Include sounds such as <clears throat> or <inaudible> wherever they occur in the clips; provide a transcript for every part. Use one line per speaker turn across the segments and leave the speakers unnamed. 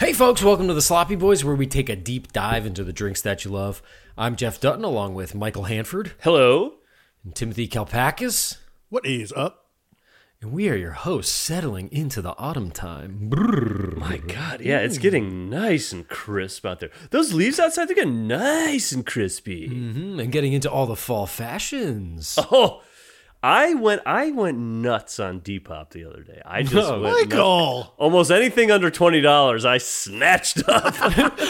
Hey, folks, welcome to the Sloppy Boys, where we take a deep dive into the drinks that you love. I'm Jeff Dutton, along with Michael Hanford
Hello.
and Timothy Kalpakis,
What is up?
and we are your hosts settling into the autumn time.
My God, yeah, it's getting nice and crisp out there. Those leaves outside, they're getting nice and crispy.
hmm and getting into all the fall fashions.
<laughs> Oh, I went, I went nuts on Depop the other day.
<laughs>
I just
Oh,
went nuts. <laughs>
Michael.
almost anything under twenty dollars. I snatched up.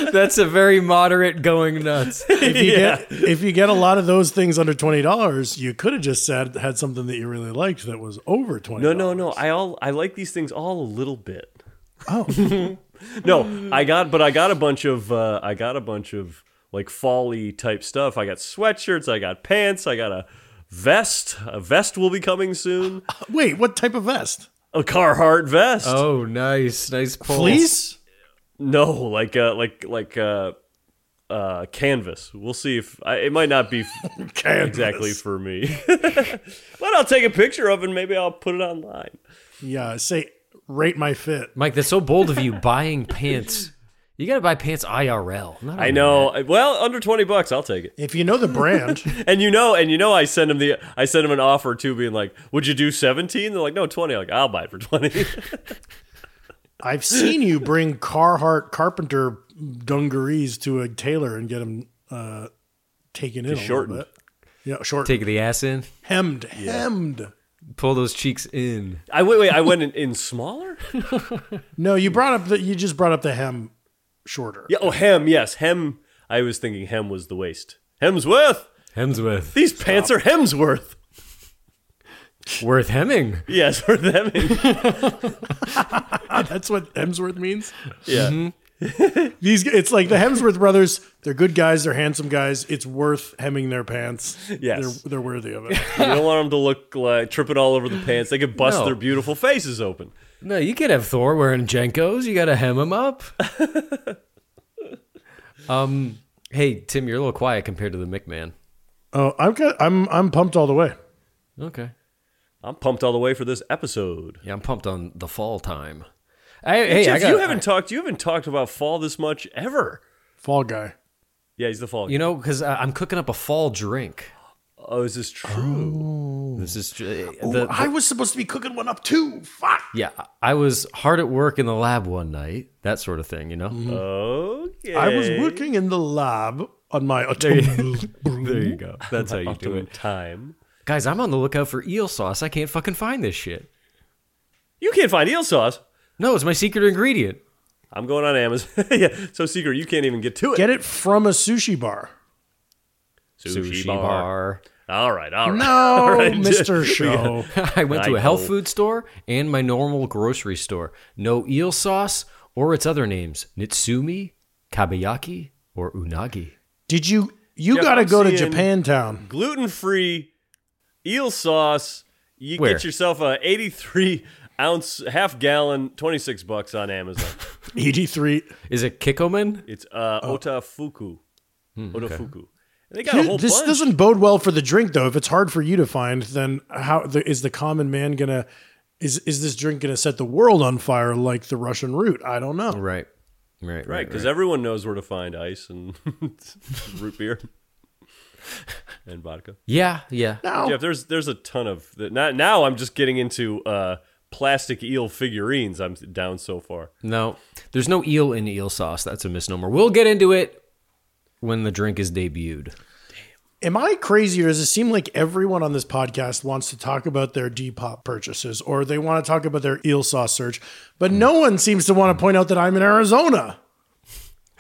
<laughs>
That's a very moderate going nuts.
If you, get, if you get a lot of those things under twenty dollars, you could have just said had something that you really liked that was over twenty.
no, no, no. I all I like these things all a little bit.
Oh,
<laughs> No, I got, but I got a bunch of, uh, I got a bunch of like folly type stuff. I got sweatshirts, I got pants, I got a vest. A vest will be coming soon.
wait, what type of vest?
A Carhartt vest.
oh, nice. Nice pull.
Fleece?
No, like, uh, like, like, uh, uh, canvas. We'll see if I, it might not be <laughs> f-
Canvas.
exactly for me, <laughs> but I'll take a picture of it. and Maybe I'll put it online.
Yeah, say rate my fit.
Mike, that's so bold of you buying pants. You got to buy pants IRL. not
I
on
know. Well, under twenty bucks, I'll take it.
If you know the brand,
<laughs> And you know, and you know, I send him the, I send him an offer too, being like, "Would you do 17? They're like, "No, 20." I'm like, I'll buy it for 20.
I've seen you bring Carhartt carpenter dungarees to a tailor and get them uh, taken in a
shortened.
little bit. Yeah,
<laughs>
short,
Take the ass in,
hemmed, hemmed.
pull those cheeks in.
<laughs> I wait, wait. I went in, in smaller.
No, you brought up the you just brought up the hem shorter.
<laughs> Yeah. Oh, hem. Yes, hem. I was thinking hem was the waist. Hemsworth. <laughs>
Hemsworth.
These pants are <laughs> Hemsworth.
Worth hemming.
Yes, for them. <laughs>
That's what Hemsworth means.
Yeah.
These it's like the Hemsworth brothers. They're good guys. They're handsome guys. It's worth hemming their pants.
Yes.
they're, they're worthy of it.
You don't want them to look like tripping all over the pants. They could bust
No.
their beautiful faces open.
No, you could have Thor wearing Jenkos. You got to hem him up. um, hey Tim, you're a little quiet compared to the McMahon.
Oh, I'm kind I'm I'm pumped all the way.
Okay.
I'm pumped all the way for this episode.
Yeah, I'm pumped on the fall time. I, hey,
Jeff,
I got,
you haven't talked. You haven't talked about fall this much ever.
Fall guy.
Yeah, he's the fall.
you know, because I'm cooking up a fall drink.
oh, is this true?
This is ju- the, the-
I was supposed to be cooking one up too. Fuck.
yeah. I was hard at work in the lab one night, that sort of thing. You know.
Mm-hmm. Okay.
I was working in the lab on my autumn.
There you go. That's how you do
doing
it,
time.
guys. I'm on the lookout for eel sauce. I can't fucking find this shit.
You can't find eel sauce.
No, it's my secret ingredient.
I'm going on Amazon. <laughs> yeah, so secret you can't even get to it.
<laughs> Get it from a sushi <laughs> bar.
bar.
All right, <laughs> all right.
No,
right.
<laughs> Mr. Show.
<laughs> I went to a
I
health
know.
food store and my normal grocery store. No eel sauce or its other names, Nitsumi, Kabayaki, or Unagi.
Did you? You
Jeff,
got to
I'm
go to
seeing-
<laughs> Japantown.
Gluten free eel sauce. You
Where?
get yourself a 83 ounce half gallon, 26 bucks on Amazon.
Eighty three.
Is it Kikkoman?
it's uh, Otafuku. Otafuku. And they got a whole
This
bunch.
doesn't bode well for the drink, though. If it's hard for you to find, then how the, is the common man gonna? Is is this drink gonna set the world on fire like the Russian root? I don't know.
Right. Right,
Right,
right,
because
right.
everyone knows where to find ice and <laughs> root beer and vodka.
yeah, yeah.
No.
Jeff, there's there's a ton of the, now, now. I'm just getting into uh, plastic eel figurines. I'm down so far.
No, there's no eel in eel sauce. That's a misnomer. We'll get into it when the drink is debuted.
Am I crazy, or does it seem like everyone on this podcast wants to talk about their Depop purchases, or they want to talk about their eel sauce search, but no one seems to want to point out that I'm in Arizona.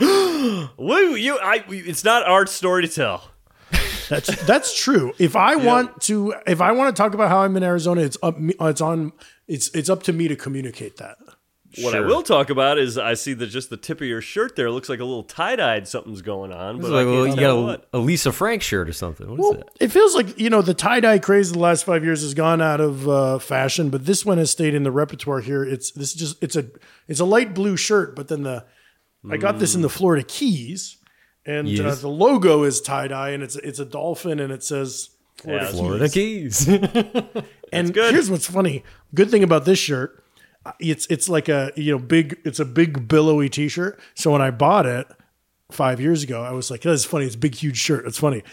Woo, you! I. It's not our story to tell.
That's that's true. If I want to, if I want to talk about how I'm in Arizona, it's up, me- it's on, it's it's up to me to communicate that.
What I will talk about is I see that just the tip of your shirt there looks like a little tie dyed. Something's going on, but
It's like,
I
well,
can't
you
tell
got
what.
a, a Lisa Frank shirt or something. What is
Well,
that?
it feels like you know the tie dye craze of the last five years has gone out of uh, fashion, but this one has stayed in the repertoire here. It's this is just it's a it's a light blue shirt, but then the I got this in the Florida Keys, and uh,
Yes.
the logo is tie dye, and it's it's a dolphin, and it says Florida
Yeah,
Keys.
Florida Keys.
And
good.
here's what's funny. Good thing about this shirt, uh, it's it's like a you know big it's a big billowy t-shirt. So when I bought it five years ago, I was like, "That's funny. It's a big huge shirt. It's funny."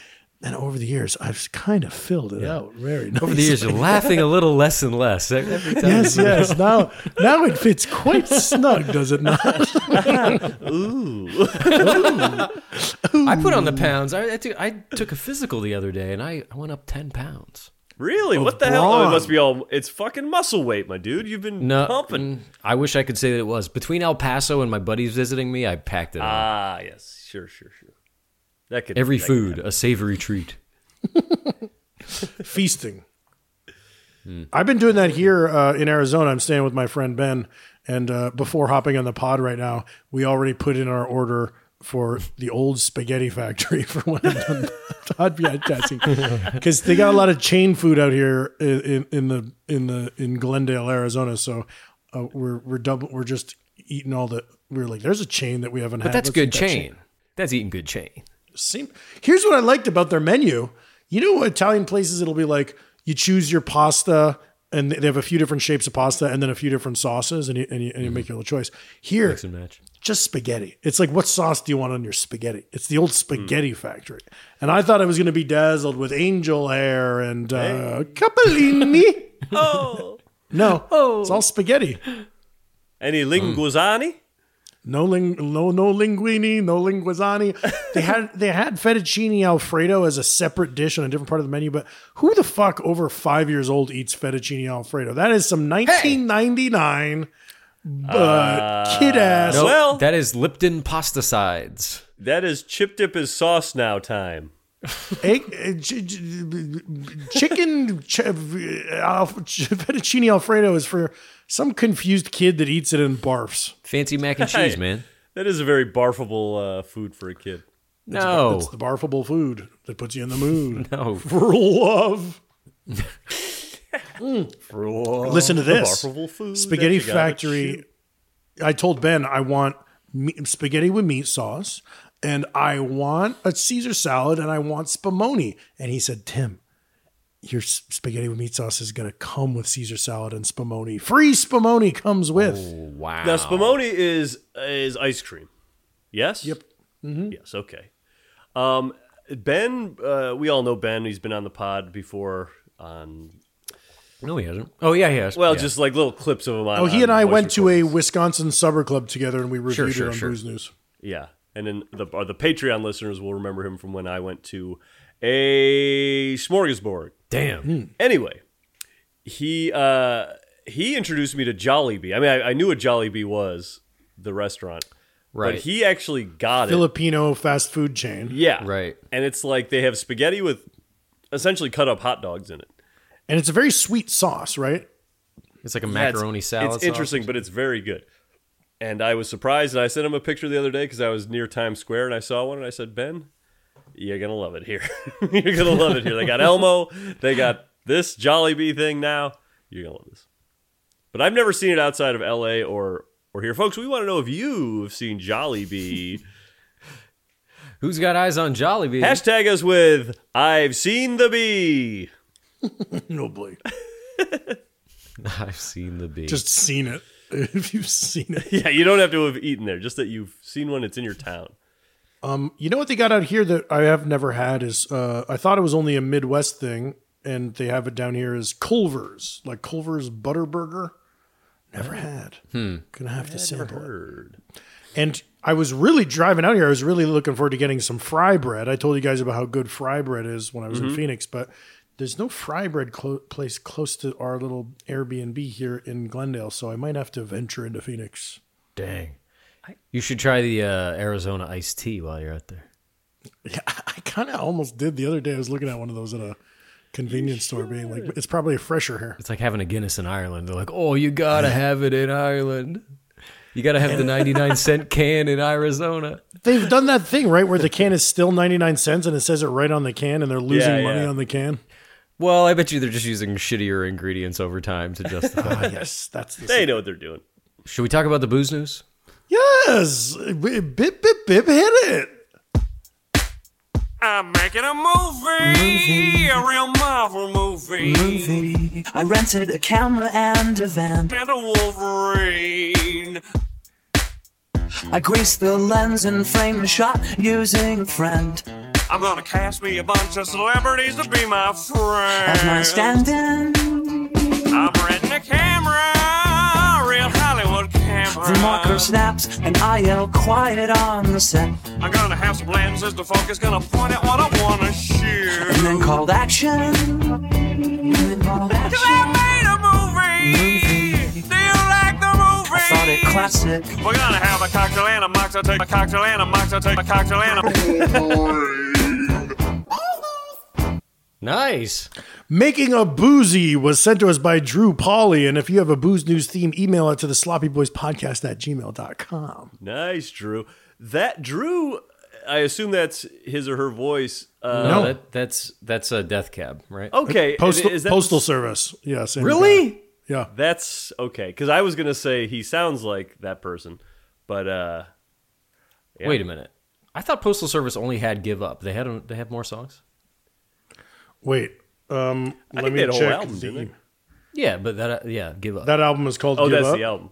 And over the years, I've kind of filled it out very nicely.
Over the years, you're laughing a little less and less every time.
yes,
<laughs>
yes. Now, now it fits quite snug, does it not?
I put on the pounds. I, I, took, I took a physical the other day and I, I went up 10 pounds.
Really? What the hell? Oh, it
brawn.
must be all. It's fucking muscle weight, my dude. You've been
No,
pumping.
mm, I wish I could say that it was. Between El Paso and my buddies visiting me, I packed it on.
Ah, yes, sure, sure, sure. That could
Every
that could
food, a savory treat.
Feasting. I've been doing that here uh, in Arizona. I'm staying with my friend Ben, and uh, before hopping on the pod right now, we already put in our order for the old spaghetti factory <laughs> for when I'm done pod podcasting because they got a lot of chain food out here in, in, in the in the in Glendale, Arizona. So uh, we're we're double we're just eating all the. We were like, there's a chain that we haven't had.
But that's
Let's eat
good
that
chain. That's eating good chain.
seem here's what I liked about their menu. You know what Italian places it'll be like you choose your pasta and they have a few different shapes of pasta and then a few different sauces and you, and you, and you make your little choice. Here,
Mix and match.
just spaghetti. It's like what sauce do you want on your spaghetti? It's the old spaghetti factory. And I thought I was going to be dazzled with angel hair and uh, capellini.
happen.
<laughs>
Oh,
No, it's all spaghetti.
any
Mm.
linguizzani?
No ling, no, no linguini, no linguizzani. They had they had fettuccine alfredo as a separate dish on a different part of the menu. But who the fuck over five years old eats fettuccine alfredo? That is some 1999 but kid ass.
No. Well-
Oh, that is Lipton pasta sides.
That is chip dip is sauce now time.
egg- uh, ch- ch- chicken ch- al- ch- fettuccine alfredo is for some confused kid that eats it and barfs.
Fancy mac and cheese, man.
That is a very barfable uh, food for a kid.
No,
Oh.
It's the barfable food that puts you in
<laughs>
the mood
no.
for love. Hmm. Listen to this.
Barfable food.
Spaghetti
that you gotta
Factory.
chew.
I told Ben I want me- spaghetti with meat sauce, and I want a Caesar salad, and I want spumoni. And he said, Tim, your s- spaghetti with meat sauce is going to come with Caesar salad and spumoni. Free spumoni comes with.
Oh,
Wow.
Now spumoni is is ice cream. Yes. Yep.
Mm-hmm.
Yes. Okay. Um, Ben, uh, we all know Ben. He's been on the pod before. On
no, he hasn't. Oh yeah, he has.
well,
Yeah.
just like little clips of him. On,
Oh, he and
on
I
voice
went to a
recordings.
Wisconsin supper club together, and we reviewed
sure,
it on
sure.
Booze News.
Yeah, and then the or the Patreon listeners will remember him from when I went to a smorgasbord.
damn.
Anyway, he uh, he introduced me to Jollibee. I mean, I, I knew what Jollibee was, the restaurant,
Right.
But he actually got it.
Filipino fast food chain,
Yeah,
Right.
And it's like they have spaghetti with essentially cut up hot dogs in it.
and it's a very sweet sauce, right?
It's like a
Yeah, it's-
macaroni salad.
It's interesting, but it's very good. And I was surprised, and I sent him a picture the other day because I was near Times Square and I saw one, and I said, "Ben, you're gonna love it here. <laughs> you're gonna love it here. They got Elmo, they got this Jollibee thing now. You're gonna love this." But I've never seen it outside of L.A. or or here, folks. We want to know if you've seen
<laughs>
Jollibee.
sauce. Who's got eyes on Jollibee?
Hashtag us with "I've seen the bee."
Nobly.
<laughs> I've seen the bee.
Just seen it. <laughs> if you've seen it.
<laughs> Yeah, you don't have to have eaten there, just that you've seen one. It's in your town.
Um, you know what they got out here that I have never had is uh, I thought it was only a Midwest thing, and they have it down here is Culver's, like Culver's Butter Burger. Never had. Hmm. Gonna have to sample it.
Bird.
And I was really driving out here. I was really looking forward to getting some fry bread. I told you guys about how good fry bread is when I was in Phoenix, but there's no fry bread clo- place close to our little Airbnb here in Glendale, so I might have to venture into Phoenix.
Dang. You should try the uh, Arizona iced tea while you're out there.
Yeah, I kind of almost did the other day. I was looking at one of those at a convenience store, being like, "It's probably fresher here."
It's like having a Guinness in Ireland. They're like, oh, you got to have it in Ireland. You got to have the <laughs> 99 cent can in Arizona.
They've done that thing right where the can is still ninety nine cents, and it says it right on the can, and they're losing
Yeah,
money
yeah.
on the can.
Well, I bet you they're just using shittier ingredients over time to justify.
Ah, yes, that's the
They know what they're doing.
<laughs> Should we talk about the booze news?
yes. Bip bip bip hit it.
I'm making a movie, a real Marvel movie.
movie. I rented a camera and a van.
And a Wolverine.
I greased the lens and framed the shot using a friend
I'm gonna cast me a bunch of celebrities to be my
as my
friend.
stand-in.
I'm renting a camera, a real Hollywood camera.
The marker snaps and I yell quiet on the set.
I'm gonna have some lenses to focus, gonna point at what I wanna shoot.
And then called action. And then called
Cause I
action.
made a movie. Do you like the movie?
I thought it classic.
We're gonna have a cocktail and a mocktail, take a cocktail and a mocktail, take a cocktail and a.
Nice.
Making a Boozy was sent to us by Drew Pauly. And if you have a booze news theme, email it to the sloppy boys podcast at gmail.com.
Nice, Drew. That Drew, I assume that's his or her voice. Uh,
No, that, that's that's a death cab, right?
Okay,
Postal,
is that-
Postal Service. uh, Yeah, same guy.
really?
Yeah.
That's okay. Because I was gonna say he sounds like that person, but uh,
Wait a minute. I thought Postal Service only had "Give Up." They had they have more songs.
Wait. Um,
I
let
think
me
they had a
check.
whole album,
the-
didn't they?
Yeah, but that uh, yeah, "Give Up."
That album is called
Oh,
Give
that's
Up.
the album.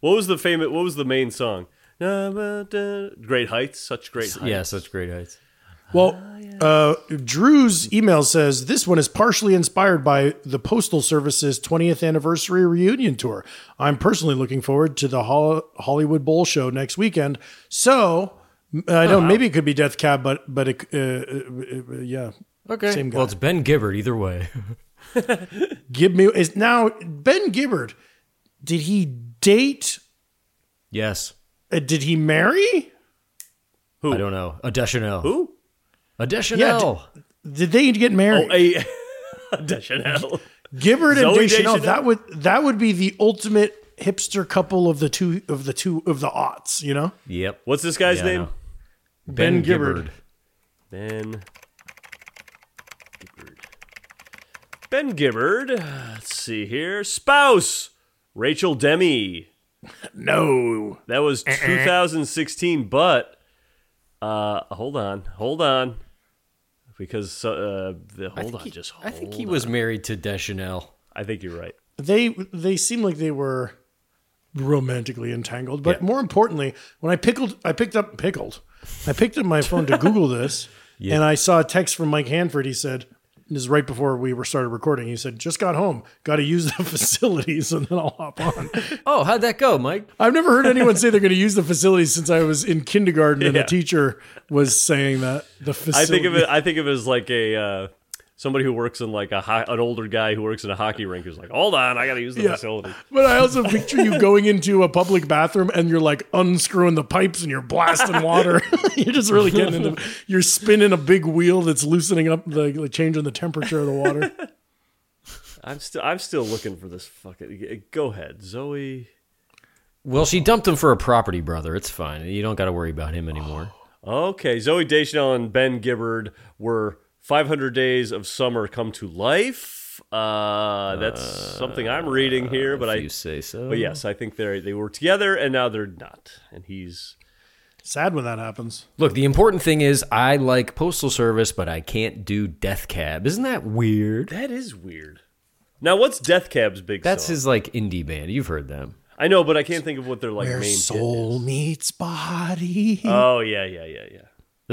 What was the famous? What was the main song? Na, ba, da, Great heights, such great heights.
yeah, such great heights.
Ah,
Well, uh, Drew's email says this one is partially inspired by the Postal Service's 20th anniversary reunion tour. I'm personally looking forward to the Hol- Hollywood Bowl show next weekend. So m- I don't. Maybe it could be Death Cab, but but it, uh, uh, uh, yeah.
Okay.
Same guy.
Well, it's Ben Gibbard either way.
Give me is now Ben Gibbard. Did he date?
yes.
Uh, did he marry?
I don't know. A Deschanel.
Who?
A Deschanel.
Yeah, Did they get married?
Oh, a <laughs> Deschanel.
Gibbard and
Zoe
Deschanel,
Deschanel?
that would that would be the ultimate hipster couple of the two of the two of the aughts, you know?
yep.
What's this guy's
Yeah, I
name?
know.
Ben Gibbard.
Ben Gibbard. Ben Gibbard. uh, Let's see here. Spouse Rachel Demi.
No.
That was
Eh,
2016, but uh, hold on, hold on, because uh, the,
I
hold
think
on,
he-
just hold
I think he was married to Deschanel.
I think you're right.
They they seem like they were romantically entangled, but more importantly, when I pickled I picked up pickled. I picked up my phone to
<laughs>
Google this and I saw a text from Mike Hanford. He said this is right before we were started recording. He said, "Just got home. Got to use the <laughs> facilities, and then I'll hop on."
Oh, how'd that go, Mike?
I've never heard anyone say they're going to use the facilities since I was in kindergarten and
Yeah.
the teacher was saying that the
I
facility.
think of it. I think of it as like a uh, somebody who works in like a ho- an older guy who works in a hockey rink who's like, hold on, I got to use the
Yeah.
facility.
But I also picture you going into a public bathroom and you're like unscrewing the pipes and
<laughs>
you're blasting water. <laughs> you're just really getting into. You're spinning a big wheel that's loosening up the like, changing the temperature of
<laughs>
the water.
I'm still I'm still looking for this fucking. Go ahead, Zoe.
Well, she dumped him for a property brother. It's fine. You don't got to worry about him anymore.
Okay, Zoe Deschanel and Ben Gibbard were 500 Days of Summer Come to Life. Uh, that's something I'm reading here, but
Uh, if
I
you say so.
But yes, I think they they were together, and now they're not. And he's
Sad when that happens.
Look, the important thing is I like Postal Service, but I can't do Death Cab. Isn't that weird?
that is weird. Now, what's Death Cab's big?
That's
song?
his like indie band. You've heard them.
I know, but I can't think of what their like
Where
main hit
soul
is.
meets body.
Oh yeah, yeah, yeah, yeah.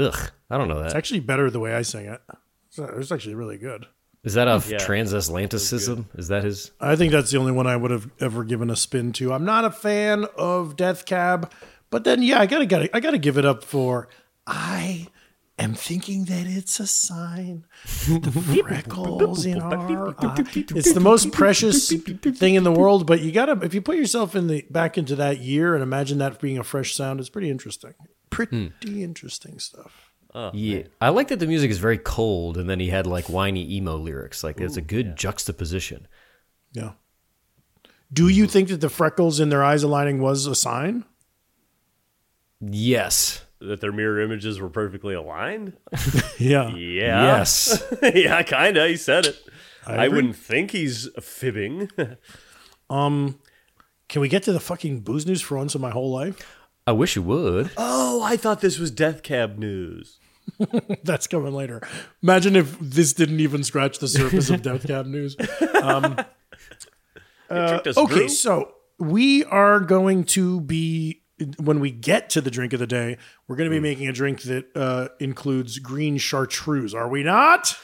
Ugh, I don't know
it's
that.
actually better the way I sing it. It's, it's actually really good.
Is that a
Yeah.
transatlanticism? Is that his?
I think that's the only one I would have ever given a spin to. I'm not a fan of Death Cab, but then yeah, I gotta gotta I gotta give it up for I am thinking that it's a sign. The freckles in our eye. It's the most precious thing in the world, but you gotta if you put yourself in the back into that year and imagine that being a fresh sound, it's pretty interesting. Pretty interesting stuff.
Yeah, I like that the music is very cold, and then he had like whiny emo lyrics. Like it's a good juxtaposition.
Yeah. Do you think that the freckles in their eyes aligning was a sign?
Yes,
That their mirror images were perfectly aligned.
Yeah.
Yeah.
yes.
<laughs> yeah, kinda. He said it. I,
agree.
wouldn't think he's fibbing. <laughs>
Can we get to the fucking booze news for once in my whole life?
I wish you would.
oh, I thought this was Death Cab news.
<laughs> That's coming later. Imagine if this didn't even scratch the surface of Death Cab <laughs> news.
It tricked us
Uh, Okay,
Drew.
so we are going to be when we get to the drink of the day, we're going to be making a drink that uh, includes green chartreuse. Are we not?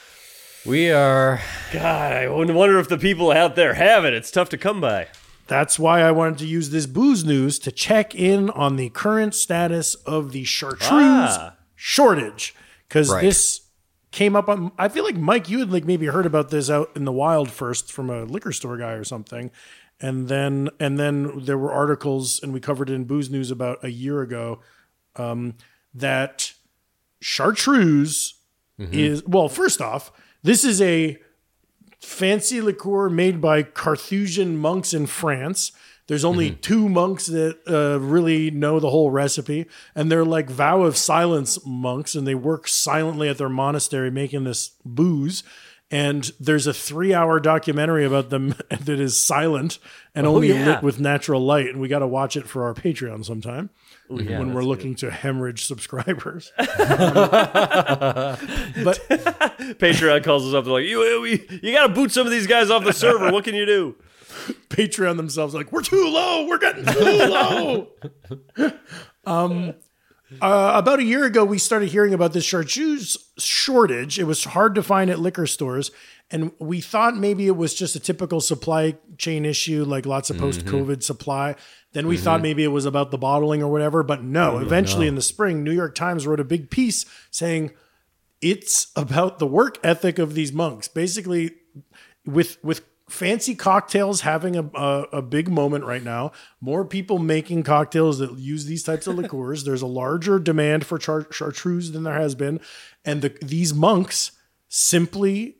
We are.
God, I wouldn't wonder if the people out there have it. It's tough to come by.
That's why I wanted to use this booze news to check in on the current status of the chartreuse
Ah.
shortage. Because
Right.
this came up on, I feel like Mike, you had like maybe heard about this out in the wild first from a liquor store guy or something. And then, and then there were articles, and we covered it in booze news about a year ago um, that chartreuse is, well, first off, this is a fancy liqueur made by Carthusian monks in France. There's only two monks that uh, really know the whole recipe, and they're like vow of silence monks, and they work silently at their monastery making this booze. And there's a three hour documentary about them <laughs> that is silent and only
yeah.
lit with natural light. And we got to watch it for our Patreon sometime when we're looking to hemorrhage subscribers. <laughs> but
Patreon calls us up. They're like, you, we, you got to boot some of these guys off the server. What can you do?
Patreon themselves like we're too low, we're getting too <laughs> low. um, uh, about a year ago, we started hearing about this chartreuse shortage. It was hard to find at liquor stores, and we thought maybe it was just a typical supply chain issue, like lots of post-COVID supply. Then we thought maybe it was about the bottling or whatever, but Mm-hmm. Oh, no. Eventually, in the spring, New York Times wrote a big piece saying it's about the work ethic of these monks. Basically, with with fancy cocktails having a, a, a big moment right now more people making cocktails that use these types of liqueurs there's a larger demand for char- chartreuse than there has been and the, these monks simply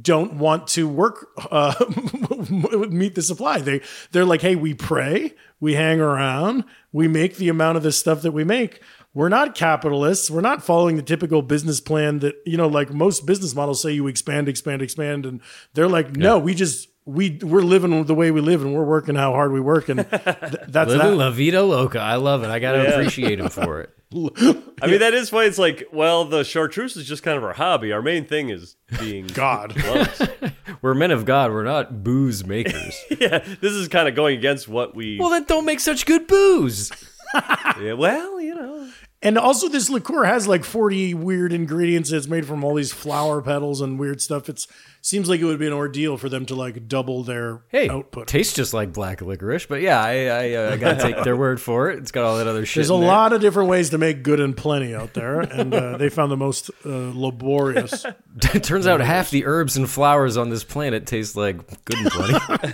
don't want to work uh, <laughs> meet the supply they they're like hey we pray we hang around we make the amount of this stuff that we make we're not capitalists we're not following the typical business plan that you know like most business models say you expand expand expand and they're like no we just we we're living the way we live and we're working how hard we work and th- <laughs> that's
Living
that.
La Vida Loca. I love it. I got to appreciate him for it.
I mean, that is why it's like, well, the chartreuse is just kind of our hobby. Our main thing is being
god
monks.
<laughs> We're men of God. We're not booze makers.
yeah, this is kind of going against what we.
well, then don't make such good booze.
yeah, well you know.
And also, this liqueur has like 40 weird ingredients. It's made from all these flower petals and weird stuff. It seems like it would be an ordeal for them to like double their
Hey,
output.
tastes just like black licorice, but yeah, I, I, uh, I got to take their word for it. It's got all that other shit.
There's a
in there.
lot of different ways to make good and plenty out there, and uh, they found the most uh, laborious.
<laughs> it turns out half the herbs and flowers on this planet taste like good and plenty. <laughs>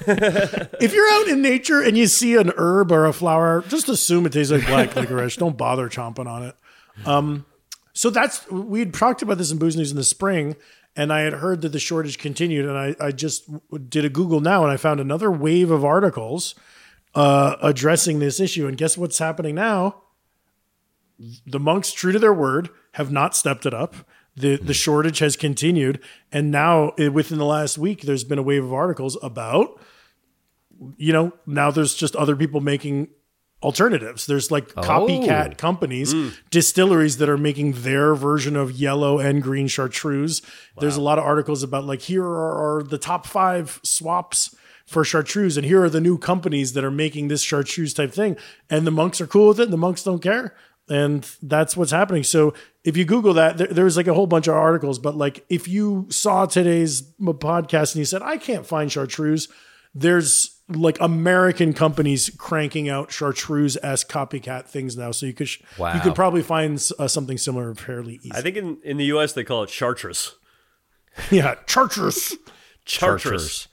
if you're out in nature and you see an herb or a flower, just assume it tastes like black <laughs> licorice. Don't bother chomping on it. Um, so that's we had talked about this in booze news in the spring, and I had heard that the shortage continued, and I, I just w- did a Google now, and I found another wave of articles uh, addressing this issue. And guess what's happening now? The monks, true to their word, have not stepped it up. The, the shortage has continued. And now, eh, within the last week, there's been a wave of articles about you know, now there's just other people making alternatives. There's like copycat companies, distilleries that are making their version of yellow and green chartreuse. There's a lot of articles about like here are, are the top five swaps for chartreuse, and here are the new companies that are making this chartreuse type thing. And the monks are cool with it, and the monks don't care. And that's what's happening. So if you Google that, there, there's like a whole bunch of articles. But like if you saw today's m- podcast and you said, I can't find chartreuse, there's like American companies cranking out chartreuse as copycat things now. So you could sh- you
Wow.
could probably find s- uh, something similar fairly easy.
I think in, in the U.S. they call it chartreuse.
<laughs> yeah, chartreuse.
Chartreuse.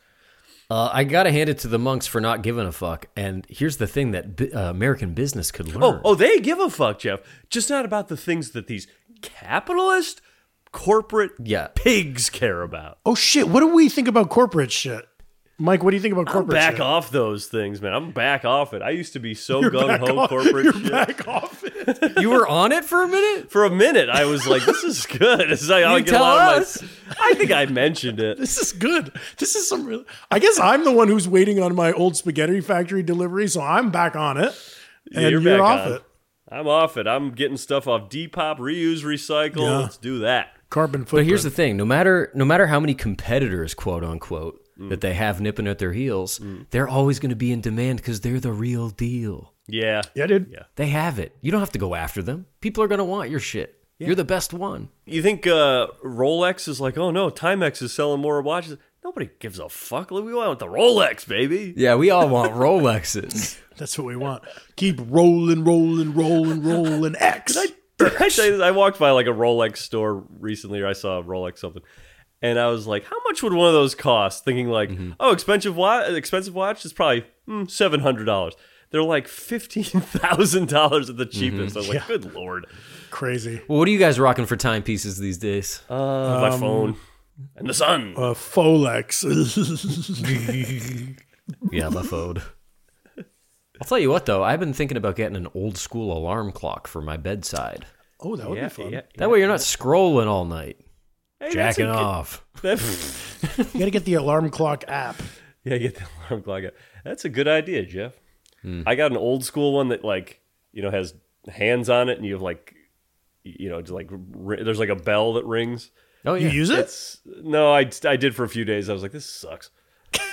Uh, I gotta hand it to the monks for not giving a fuck. And here's the thing that bu- uh, American business could learn.
Oh, oh, they give a fuck, Jeff. Just not about the things that these capitalist corporate
Yeah.
pigs care about.
Oh shit! What do we think about corporate shit, Mike? What do you think about
I'm
corporate?
back
shit?
off those things, man. I'm back off it. I used to be so gung
Back
ho
off-
corporate
You're
shit.
<laughs> back off it.
you were on it for a minute.
For a minute, I was like, "This is good." <laughs> It's like, I get a
tell
lot of my-
us.
<laughs> I think I mentioned it.
This is good. This is some real. I guess I'm the one who's waiting on my old spaghetti factory delivery, so I'm back on it, and
You're
you're,
back
off
on.
it.
I'm off it. I'm getting stuff off Depop, reuse, recycle.
Yeah.
Let's do that.
Carbon footprint.
But here's the thing: no matter no matter how many competitors, quote unquote, that they have nipping at their heels, they're always going to be in demand because they're the real deal.
Yeah.
yeah, dude.
They have it. You don't have to go after them. People are going to want your shit. You're the best one.
You think uh, Rolex is like, oh no, Timex is selling more watches. Nobody gives a fuck. Look, We want the Rolex, baby.
Yeah, we all want Rolexes.
That's what we want. Keep rolling, rolling, rolling, rolling. X.
I, tell you this, I walked by like a Rolex store recently, or I saw a Rolex something, and I was like, how much would one of those cost? Thinking like, oh, expensive watch, expensive watch is probably mm, seven hundred dollars. They're like fifteen thousand dollars at the cheapest. I was like, good lord,
Crazy.
well, what are you guys rocking for timepieces these days?
uh, my phone and the sun.
Uh, <laughs> Folex.
Yeah, my phone. I'll tell you what, though, I've been thinking about getting an old school alarm clock for my bedside.
oh, that would
yeah,
be fun.
yeah.
That way, you're not scrolling all night,
Hey, that's a
jacking
good- <laughs>
off.
that-
You gotta get the alarm clock app.
Yeah, get the <laughs> alarm clock out. That's a good idea, Jeff. I got an old school one that like you know has hands on it, and you have like you know just like ri- there's like a bell that rings.
Oh yeah,
You use it?
It's no, I I did for a few days. I was like, this sucks.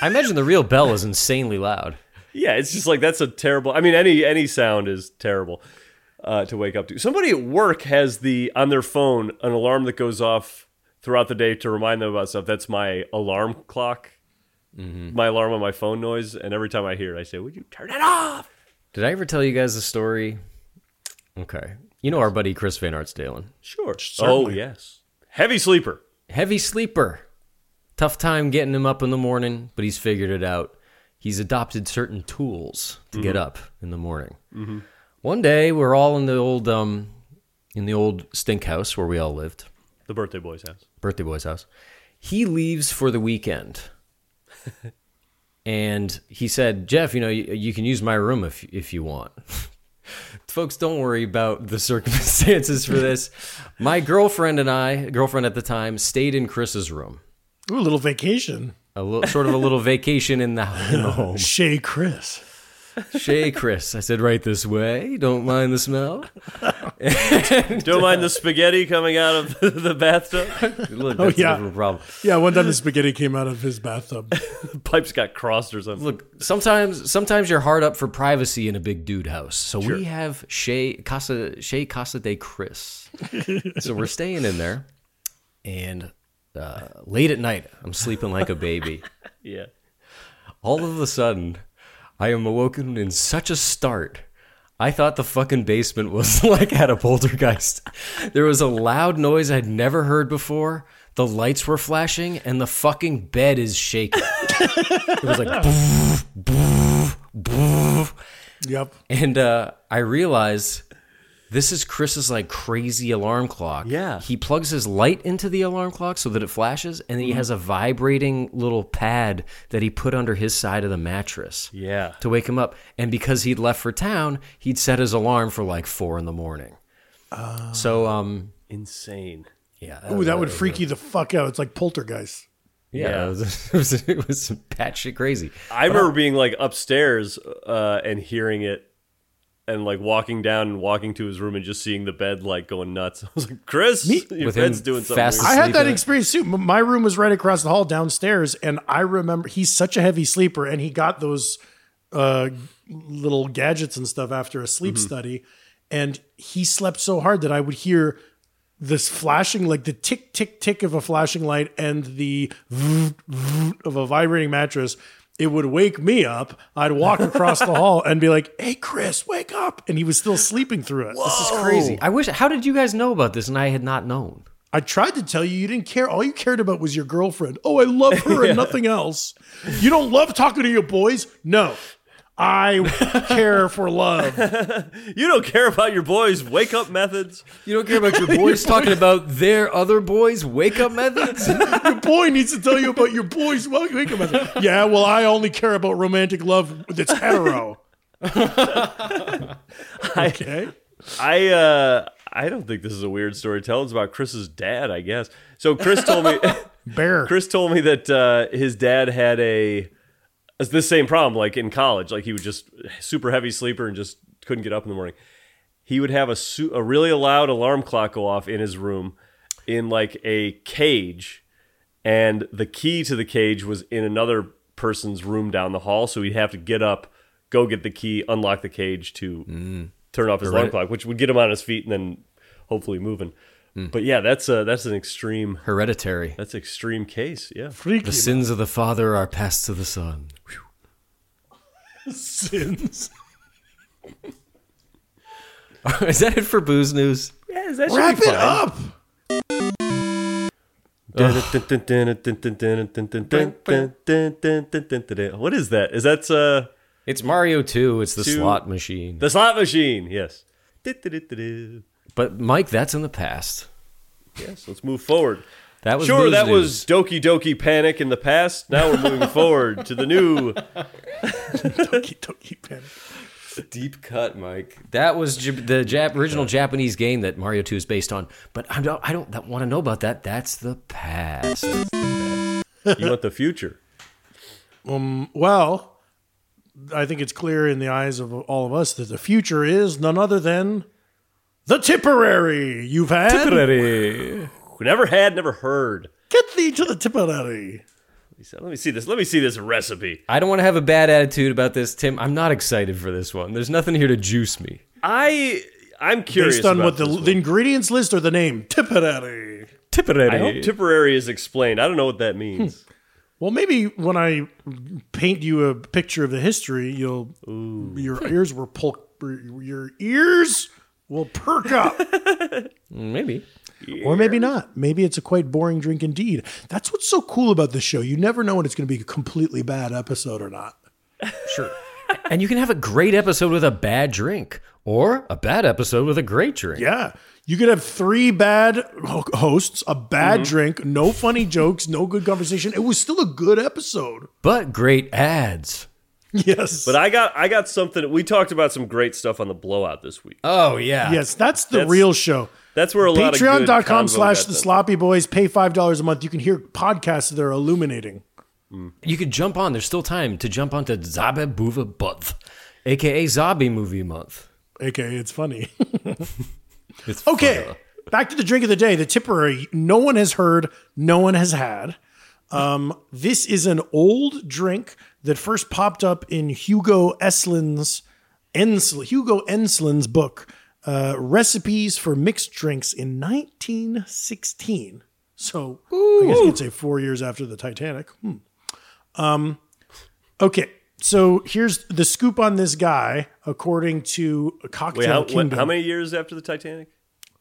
I imagine the real bell is insanely loud.
Yeah, it's just like that's a terrible. I mean, any any sound is terrible uh, to wake up to. Somebody at work has the on their phone an alarm that goes off throughout the day to remind them about stuff. That's my alarm clock. My alarm on my phone noise, and every time I hear it, I say, "Would you turn it off?"
Did I ever tell you guys the story? Okay, you know our buddy Chris Van Artsdalen,
Sure. Oh
Certainly.
yes. Heavy sleeper.
heavy sleeper, tough time getting him up in the morning, but he's figured it out. He's adopted certain tools to get up in the morning. Mm-hmm. One day, we're all in the old um, in the old stink house where we all lived.
The birthday boy's
<laughs>
house.
birthday boy's house. He leaves for the weekend. and he said, Jeff, you know, you, you can use my room if, if you want. <laughs> Folks, don't worry about the circumstances for this. My girlfriend and I, girlfriend at the time, stayed in Chris's room.
Ooh, little vacation.
A little, sort of a little vacation in the, in the home.
Shay Chris. Oh,
Shay Chris, I said, right this way. Don't mind the smell.
Don't mind the spaghetti coming out of <laughs> the,
<laughs>
bathtub.
Look, that's a
yeah.
different problem.
Yeah, one time the spaghetti came out of his bathtub.
The pipes got crossed or something.
Look, sometimes sometimes you're hard up for privacy in a big dude house. So we have Shea Casa Shea Casa de Chris. so we're staying in there, and uh, late at night, I'm sleeping like a baby.
Yeah.
All of a sudden, I am awoken in such a start. I thought the fucking basement was <laughs> like had a poltergeist. There was a loud noise I'd never heard before. The lights were flashing, and the fucking bed is shaking. <laughs> it was like.
Yep.
And uh, I realized this is Chris's like crazy alarm clock.
Yeah.
He plugs his light into the alarm clock so that it flashes, and he has a vibrating little pad that he put under his side of the mattress.
Yeah.
To wake him up. And because he'd left for town, he'd set his alarm for like four in the morning. so, um,
Insane.
yeah.
Ooh, that would freak you the fuck out. It's like poltergeist.
yeah. It, was, <laughs> it, was, it was some bad shit crazy.
I remember being like upstairs uh, and hearing it and like walking down and walking to his room and just seeing the bed like going nuts. <laughs> I was like, Chris, your
With him
bed's doing something.
fast
weird."
I had
Sleep
that
in it.
experience too. M- My room was right across the hall downstairs, and I remember he's such a heavy sleeper, and he got those uh, little gadgets and stuff after a sleep study, and he slept so hard that I would hear this flashing, like the tick tick tick of a flashing light and the <laughs> vroom, vroom of a vibrating mattress. It would wake me up. I'd walk across the hall and be like, "Hey, Chris, wake up!" And he was still sleeping through it.
This is crazy. I wish. How did you guys know about this? And I had not known.
I tried to tell you, you didn't care. All you cared about was your girlfriend. Oh, I love her and nothing else. You don't love talking to your boys? No. I care for love.
You don't care about your boys' wake up methods.
You don't care about <laughs> your boys talking about their other boys' wake up methods.
Your boy needs to tell you about your boys. Well, you ain't gonna- Yeah, well, I only care about romantic love that's hetero. okay.
I uh I don't think this is a weird story. to Tell us about Chris's dad, I guess. So Chris told
<laughs>
me
Bear.
Chris told me that uh, his dad had a it's this same problem like in college. Like he would just super heavy sleeper and just couldn't get up in the morning. He would have a su- a really loud alarm clock go off in his room in like a cage and the key to the cage was in another person's room down the hall so he'd have to get up, go get the key, unlock the cage to turn off his alarm clock, which would get him on his feet and then hopefully moving. But yeah, that's uh that's an extreme
<laughs> Hereditary.
that's extreme case, yeah.
Freaky
The sins of the father are passed to the son.
sins.
<laughs> is that it for booze news?
Wrap it up.
Uh, What is that? Is that uh,
It's Mario 2. It's the
Two.
slot machine.
the slot machine? Yes.
But Mike, that's in the past.
Yes. Let's move forward.
That was
Sure,
booze
that
news.
was Doki Doki Panic in the past. Now we're moving forward to the new
Doki Doki Panic.
deep cut, Mike. That was J- the Jap- original Japanese game that Mario Two is based on. But I don't, I don't want to know about that. That's the past.
You want the future?
Well, I think it's clear in the eyes of all of us that the future is none other than the Tipperary. You've had
Who never had, never heard.
get thee to the Tipperary.
He said, "Let me see this. Let me see this recipe."
I don't want to have a bad attitude about this, Tim. I'm not excited for this one. There's nothing here to juice me.
I I'm curious
Based on
about
what the,
this one.
the ingredients list or the name Tipperary.
I hope Tipperary is explained. I don't know what that means.
Well, maybe when I paint you a picture of the history, you'll your ears will pulk. Your ears will perk
<laughs>
up.
Maybe.
Or maybe not. Maybe it's a quite boring drink indeed. That's what's so cool about this show. You never know when it's going to be a completely bad episode or not.
And you can have a great episode with a bad drink, or a bad episode with a great drink.
Yeah. You could have three bad ho- hosts, a bad drink, no funny jokes, no good conversation. It was still a good episode.
But great ads.
Yes.
But I got I got something. We talked about some great stuff on the blowout this week.
Oh yeah.
yes, that's the
That's-
real show.
That's where a lot of good
Patreon.com
convo
slash
got
the
done.
sloppy boys. Pay $5 a month. You can hear podcasts that are illuminating.
You could jump on. There's still time to jump onto Zabe Buva Month, aka Zombie Movie Month.
AKA, it's funny.
It's
Okay.
fun.
Back to the drink of the day, the Tipperary. No one has heard, no one has had. Um, this is an old drink that first popped up in Hugo Eslin's Ensl, Hugo Enslin's book, uh, Recipes for Mixed Drinks in 1916. So I guess you could say four years after the Titanic. Hmm. Um, okay. So here's the scoop on this guy, according to Cocktail
Wait, how,
Kingdom
what, how many years after the Titanic?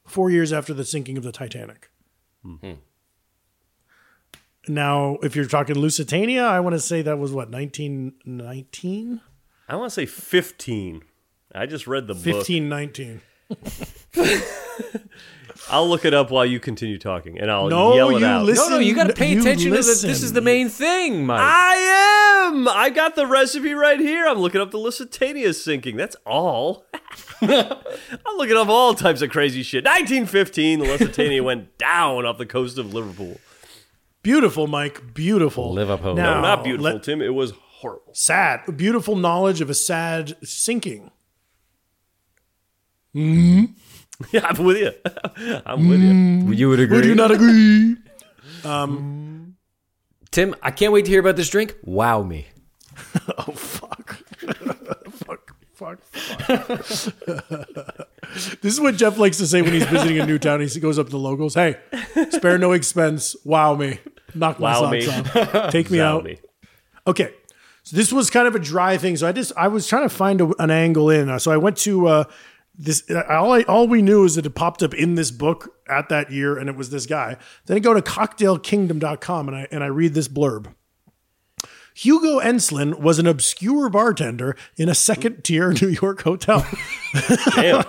four years after the sinking of the Titanic.
Hmm.
Now, if you're talking Lusitania, I want to say that was what 1919,
I want to say fifteen. I just read the book.
1519.
I'll look it up while you continue talking, and I'll
No,
yell it
you
out.
listen.
No, no, you got to pay
You
attention to the.
listen.
This is the main thing, Mike.
I am. I got the recipe right here. I'm looking up the Lusitania sinking. That's all. <laughs> I'm looking up all types of crazy shit. 1915, the Lusitania went down off the coast of Liverpool.
Beautiful, Mike. Beautiful.
Live up home.
Now,
No, not beautiful,
Oh, let-
Tim. It was horrible.
sad. Beautiful knowledge of a sad sinking.
<laughs> Yeah, I'm with you. I'm with
Mm,
you.
You would agree.
Would you not agree?
Tim, I can't wait to hear about this drink. Wow me.
Oh fuck. fuck. Fuck. Fuck. <laughs> this is what Jeff likes to say when he's visiting a new town. He goes up to locals. Hey, spare no expense. Wow me. Knock my
Wow me.
socks off. Take me out.
Me.
Okay. So this was kind of a dry thing. So I just I was trying to find a, an angle in. Uh, So I went to uh, this. uh, All I, all we knew is that it popped up in this book at that year, and it was this guy. Then I go to cocktailkingdom.com and I and I read this blurb. Hugo Enslin was an obscure bartender in a second tier <laughs> New York hotel. <laughs>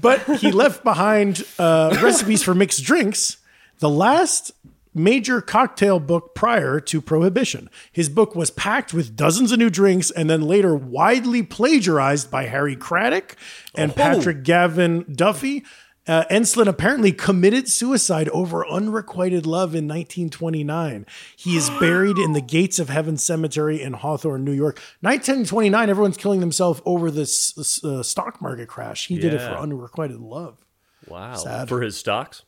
but he left behind uh, recipes for mixed drinks, the last major cocktail book prior to Prohibition. His book was packed with dozens of new drinks and then later widely plagiarized by Harry Craddock and Patrick Gavin Duffy. Uh, Enslin apparently committed suicide over unrequited love in 1929. He is buried in the Gates of Heaven Cemetery in Hawthorne, New York. 1929, everyone's killing themselves over this uh, stock market crash. He did it for
Yeah.
unrequited love.
Wow.
Sad.
For his
<laughs>
stocks?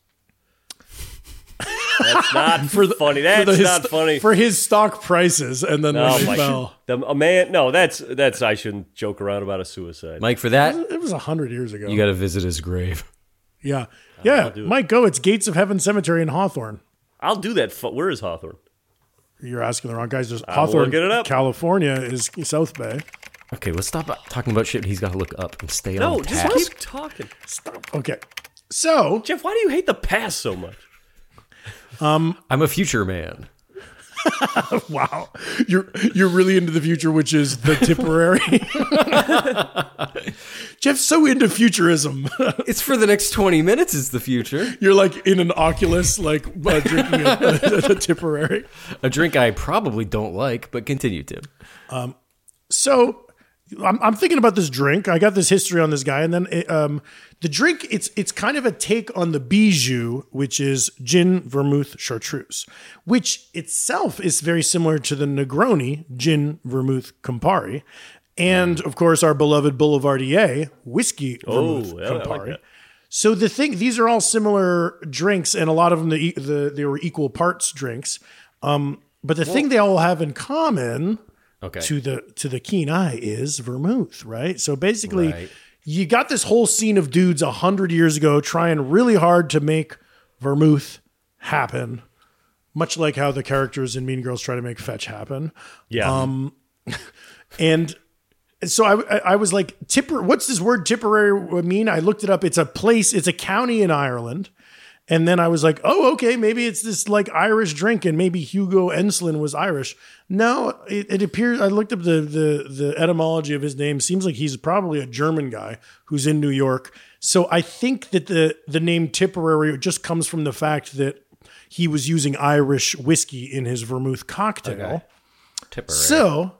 That's not funny. That's
his
not
st-
funny.
for his stock prices, and then
oh
they
my
fell.
the, a man no, that's that's I shouldn't joke around about a suicide.
Mike, for that,
It was a hundred years ago.
you got to visit his grave.
yeah, yeah. Mike, go. It's Gates of Heaven Cemetery in Hawthorne.
I'll do that. Fu- Where is Hawthorne?
You're asking the wrong guys. There's
will
Hawthorne,
look it up.
California is South Bay.
Okay, let's stop talking about shit he's got to look up and stay on
No, just
task.
keep talking.
Okay, so <laughs>
Jeff, why do you hate the past so much?
I'm a future man.
wow, you're you're really into the future, which is the Tipperary. <laughs> Jeff's so into futurism. <laughs>
It's for the next 20 minutes is the future.
You're like in an Oculus, like uh, drinking a, <laughs> a Tipperary.
A drink I probably don't like, but continue, Tim.
so I'm, I'm thinking about this drink. I got this history on this guy, and then it, um, the drink it's it's kind of a take on the bijou, which is gin, vermouth, chartreuse, which itself is very similar to the Negroni, gin, vermouth, Campari, and of course our beloved Boulevardier, whiskey, vermouth,
Oh, yeah, I like
Campari.
that.
So the thing, these are all similar drinks, and a lot of them the, e, the they were equal parts drinks. Um, but the thing they all have in common
Okay.
to the to the keen eye is vermouth, right? So basically,
Right.
you got this whole scene of dudes a hundred years ago trying really hard to make vermouth happen, much like how the characters in Mean Girls try to make fetch happen.
Yeah. Um,
<laughs> And so I, I I was like, Tipper, what's this word Tipperary mean? I looked it up. It's a place, it's a county in Ireland. And then I was like, oh, okay, maybe it's this like Irish drink, and maybe Hugo Enslin was Irish. No, it, it appears. I looked up the, the the etymology of his name. Seems like he's probably a German guy who's in New York. So I think that the the name Tipperary just comes from the fact that he was using Irish whiskey in his vermouth cocktail.
Tipper.
So,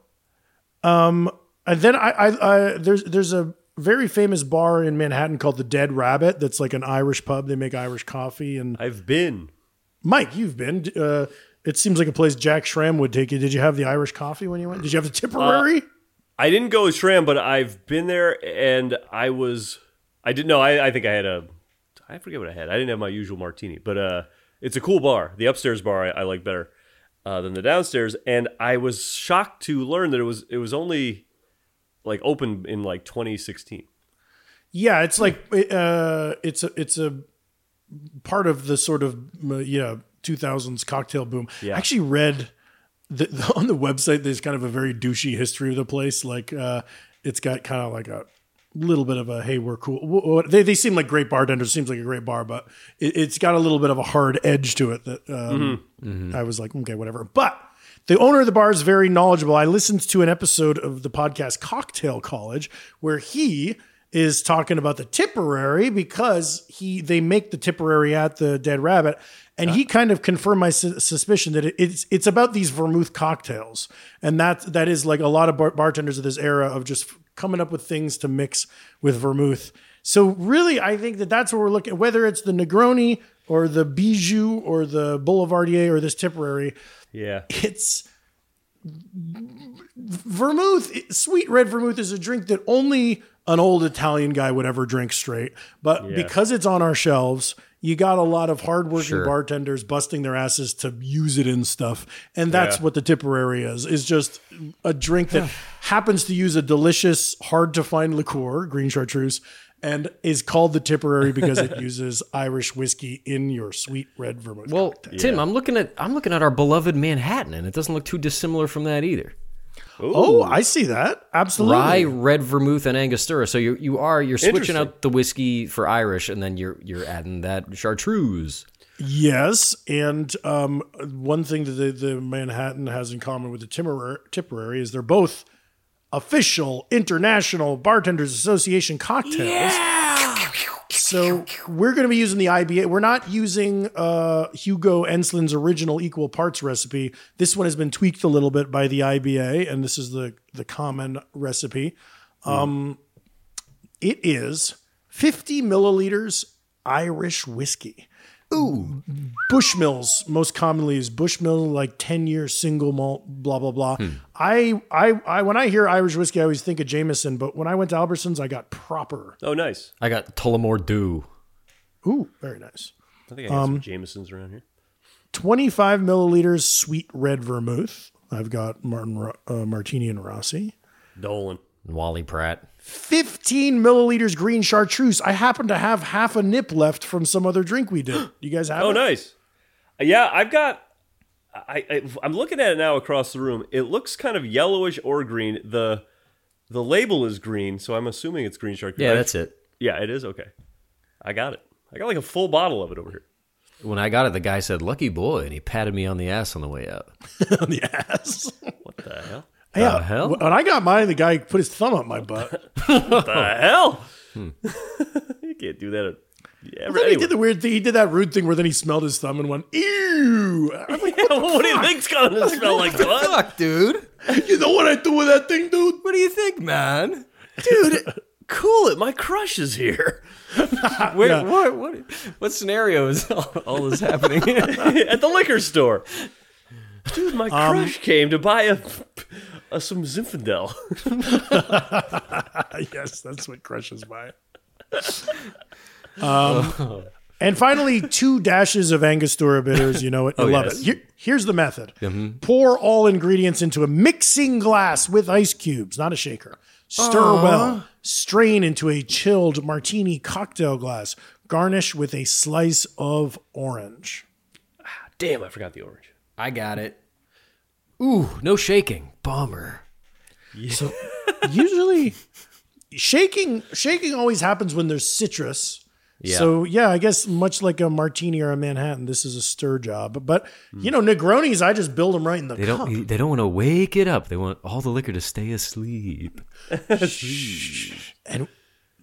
um, and then I, I, I there's there's a very famous bar in Manhattan called the Dead Rabbit. That's like an Irish pub. They make Irish coffee. And
I've been.
Mike, you've been. Uh, it seems like a place Jack Schramm would take you. Did you have the Irish coffee when you went? Did you have the Tipperary?
I didn't go with Shram, but I've been there and I was I didn't know I, I think I had a I forget what I had. I didn't have my usual martini, but uh it's a cool bar. The upstairs bar I, I like better uh, than the downstairs, and I was shocked to learn that it was it was only like open in like 2016.
yeah, it's like uh, it's a it's a part of the sort of uh, yeah 2000s cocktail boom. I actually read the, <laughs> the, on the website there's kind of a very douchey history of the place. Like uh, it's got kind of like a little bit of a hey we're cool. Wh- wh- They they seem like great bartenders. Seems like a great bar, but it, it's got a little bit of a hard edge to it that um, I was like okay whatever. But the owner of the bar is very knowledgeable. I listened to an episode of the podcast Cocktail College where he is talking about the Tipperary because he they make the Tipperary at the Dead Rabbit, and he kind of confirmed my su- suspicion that it, it's it's about these vermouth cocktails, and that that is like a lot of bar- bartenders of this era of just coming up with things to mix with vermouth. So really, I think that that's what we're looking. Whether it's the Negroni or the Bijou or the Boulevardier or this Tipperary,
Yeah,
it's vermouth sweet red vermouth is a drink that only an old Italian guy would ever drink straight. But because it's on our shelves, you got a lot of hardworking
Sure.
bartenders busting their asses to use it in stuff. And that's
Yeah.
what the Tipperary is, is just a drink that happens to use a delicious, hard to find liqueur, green chartreuse, and is called the Tipperary because it uses Irish whiskey in your sweet red vermouth.
Well, Tim, I'm looking at I'm looking at our beloved Manhattan, and it doesn't look too dissimilar from that either.
oh, I see that. Absolutely.
Rye, red vermouth, and Angostura. So you you are you're switching
Interesting.
out the whiskey for Irish, and then you're you're adding that chartreuse.
Yes, and um, one thing that the, the Manhattan has in common with the Timmerer, Tipperary is they're both official International Bartenders Association cocktails. So we're going to be using the IBA. We're not using uh, Hugo Enslin's original equal parts recipe. This one has been tweaked a little bit by the IBA, and this is the the common recipe. Um, It is 50 milliliters Irish whiskey. Ooh. Bushmills, most commonly is Bushmill, like 10 year single malt, blah, blah, blah. I, I, I, when I hear Irish whiskey, I always think of Jameson, but when I went to Albertsons, I got proper.
Oh, nice.
I got Tullamore Dew.
Ooh, very nice.
I think I got some Jamesons around here.
25 milliliters sweet red vermouth. I've got Martin, Ro- uh, Martini and Rossi.
Dolan.
and Wally Pratt.
15 milliliters green chartreuse. I happen to have half a nip left from some other drink we did. You guys have
Oh,
<laughs> it?
nice. Uh, Yeah, I've got. I, I I'm looking at it now across the room. It looks kind of yellowish or green. The the label is green, so I'm assuming it's green shark.
Yeah, that's it.
Yeah, it is okay. I got it. I got like a full bottle of it over
<laughs>
here.
When I got it, the guy said, "Lucky boy," and he patted me on the ass on the way out.
on the ass.
What the hell?
Yeah.
The hell?
When I got mine, the guy put his thumb up my butt.
Oh.
the hell?
Hmm.
<laughs> you can't do that. At, yeah,
Then he
anyway.
did the weird thing. He did that rude thing where then he smelled his thumb and went, ew. I'm like,
Yeah, <laughs> what, do you think's
<laughs>
gonna smell like blood?
Fuck, dude.
<laughs> you know what I do with that thing, dude?
What do you think,
<laughs>
man?
Dude, cool it. My crush is here. <laughs>
Wait, what, what? What scenario is all, all this happening?
<laughs>
at the liquor store. Dude,
Um,
my crush came to buy a, a some Zinfandel. <laughs>
yes, that's what crushes my. Um, and finally, two dashes of Angostura bitters. You know it. You love
yes.
it. Here- here's the method pour all ingredients into a mixing glass with ice cubes, not a shaker. Stir well. Strain into a chilled martini cocktail glass. Garnish with a slice of orange.
Damn, I forgot the orange.
I got it. Ooh, no shaking. Bomber.
Usually, shaking shaking always happens when there's citrus. So yeah, I guess much like a martini or a Manhattan, this is a stir job. But you know, Negronis, I just build them right in the
They
cup.
don't. They don't want to wake it up. They want all the liquor to stay asleep.
and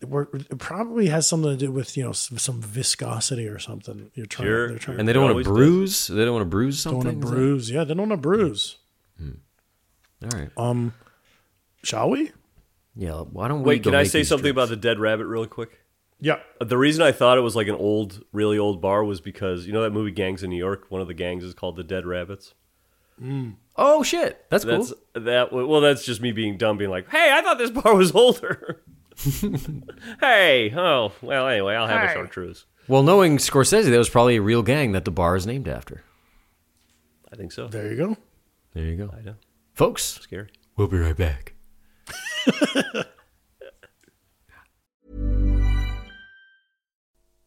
we're, it probably has something to do with you know some, some viscosity or something. You're trying,
Sure.
they're trying
And they don't want
always
to
does.
bruise. They don't want to bruise
don't
something.
want to bruise. Yeah, they don't want to bruise. Um,
All right.
Shall we?
yeah. Why don't we?
Wait,
go
can I
make
say
these
something
drinks?
about the dead rabbit real quick? Uh,
Yeah.
The reason I thought it was like an old, really old bar was because you know that movie Gangs in New York. One of the gangs is called the Dead Rabbits.
Oh shit. That's,
That's
cool.
that. Well, that's just me being dumb, being like, "Hey, I thought this bar was older." <laughs> hey, oh well. Anyway, I'll have a chartreuse.
Well, knowing Scorsese, that was probably a real gang that the bar is named after.
I think so.
There you go.
There you go. I
know.
Folks,
Scary.
we'll be right back.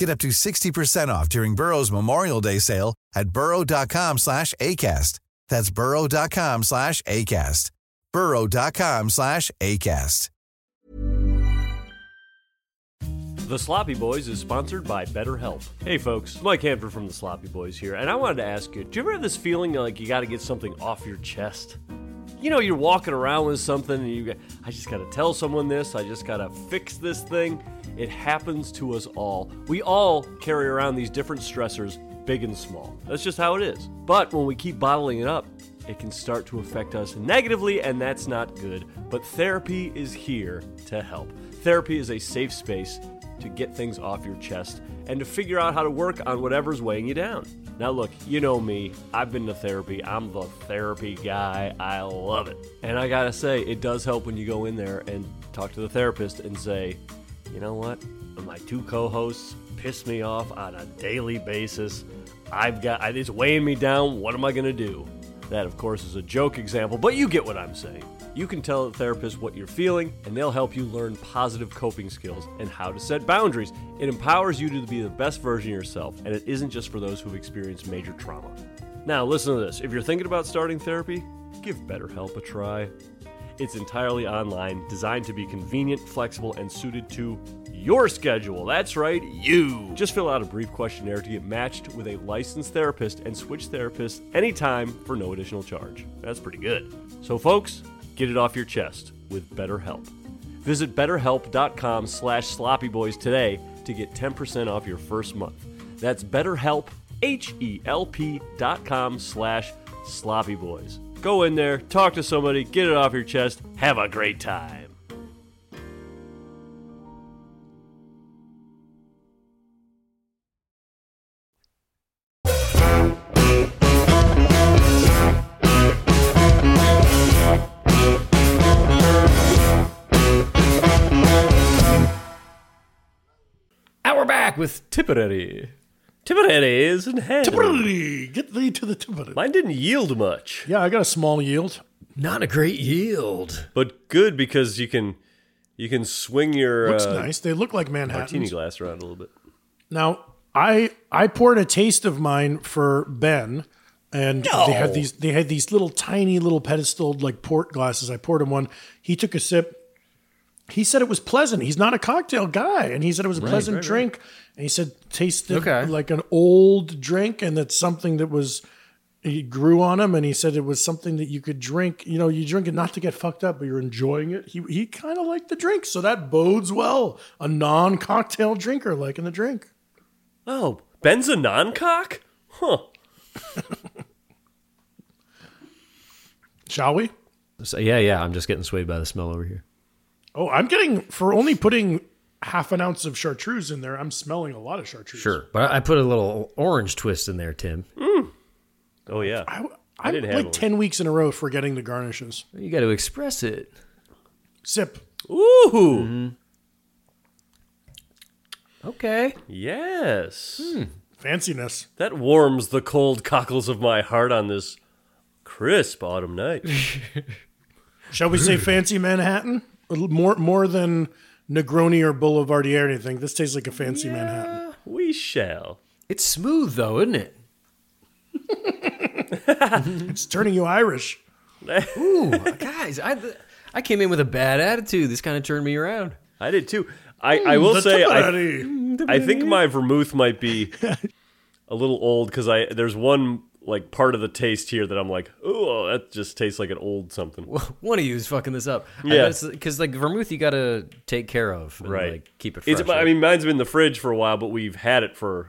Get up to 60% off during Burrow's Memorial Day sale at burrow.com slash ACAST. That's burrow.com slash ACAST. burrow.com slash ACAST.
The Sloppy Boys is sponsored by BetterHelp. Hey folks, Mike Hanford from The Sloppy Boys here, and I wanted to ask you, do you ever have this feeling like you gotta get something off your chest? You know, you're walking around with something and you go, I just gotta tell someone this, I just gotta fix this thing. It happens to us all. We all carry around these different stressors, big and small. That's just how it is. But when we keep bottling it up, it can start to affect us negatively, and that's not good. But therapy is here to help. Therapy is a safe space to get things off your chest and to figure out how to work on whatever's weighing you down. Now, look, you know me. I've been to therapy. I'm the therapy guy. I love it. And I gotta say, it does help when you go in there and talk to the therapist and say, you know what? My two co hosts piss me off on a daily basis. I've got, it's weighing me down. What am I gonna do? That, of course, is a joke example, but you get what I'm saying. You can tell the therapist what you're feeling, and they'll help you learn positive coping skills and how to set boundaries. It empowers you to be the best version of yourself, and it isn't just for those who've experienced major trauma. Now, listen to this if you're thinking about starting therapy, give BetterHelp a try. It's entirely online, designed to be convenient, flexible, and suited to your schedule. That's right, you. Just fill out a brief questionnaire to get matched with a licensed therapist and switch therapists anytime for no additional charge. That's pretty good. So folks, get it off your chest with BetterHelp. Visit betterhelp.com slash sloppyboys today to get 10% off your first month. That's betterhelp, H-E-L-P dot com slash sloppyboys. Go in there, talk to somebody, get it off your chest, have a great time.
And we're back with Tipperary.
Tipperary is in hand.
Tipperary, get thee to the Tipperary.
Mine didn't yield much,
Yeah, I got a small yield.
Not a great yield.
but good because you can you can swing your
Looks
uh,
nice. They look like
martini
Manhattans.
glass around a little bit.
Now, I I poured a taste of mine for Ben, and they had these they had these little tiny little pedestaled like port glasses. I poured him one. He took a sip. He said it was pleasant. He's not a cocktail guy, and he said it was a pleasant drink. And he said tasted
Okay.
like an old drink, and that's something that was it grew on him. And he said it was something that you could drink. You know, you drink it not to get fucked up, but you're enjoying it. He he kind of liked the drink, so that bodes well. A non cocktail drinker liking the drink.
Oh, Ben's a non-cock? Huh.
Shall we?
So, yeah, yeah, I'm just getting swayed by the smell over here.
Oh, I'm getting for only putting half an ounce of chartreuse in there. I'm smelling a lot of chartreuse.
Sure. But I I put a little orange twist in there, Tim.
Oh yeah.
I, I'm
didn't have
like
one.
ten weeks in a row forgetting the garnishes.
You got to express it.
Sip.
Ooh.
Okay. Hmm.
Yes.
Fanciness.
That warms the cold cockles of my heart on this crisp autumn night.
<laughs>
Shall we <laughs> say fancy Manhattan? A little More more than Negroni or Boulevardier or anything. This tastes like a fancy Manhattan.
We shall.
It's smooth though, isn't it? <laughs>
it's turning you Irish.
Ooh, guys, I I came in with a bad attitude. This kind of turned me around.
I did too. I, I will
the
say, I,
tamale.
I think my vermouth might
<laughs>
be a little old because I there's one like part of the taste here that I'm like, oh, that just tastes like an old something.
One of you is fucking this up.
Yeah.
because like vermouth, you gotta take care of, and,
right.
Like, keep it fresh.
It's, I mean, mine's been in the fridge for a while, but we've had it for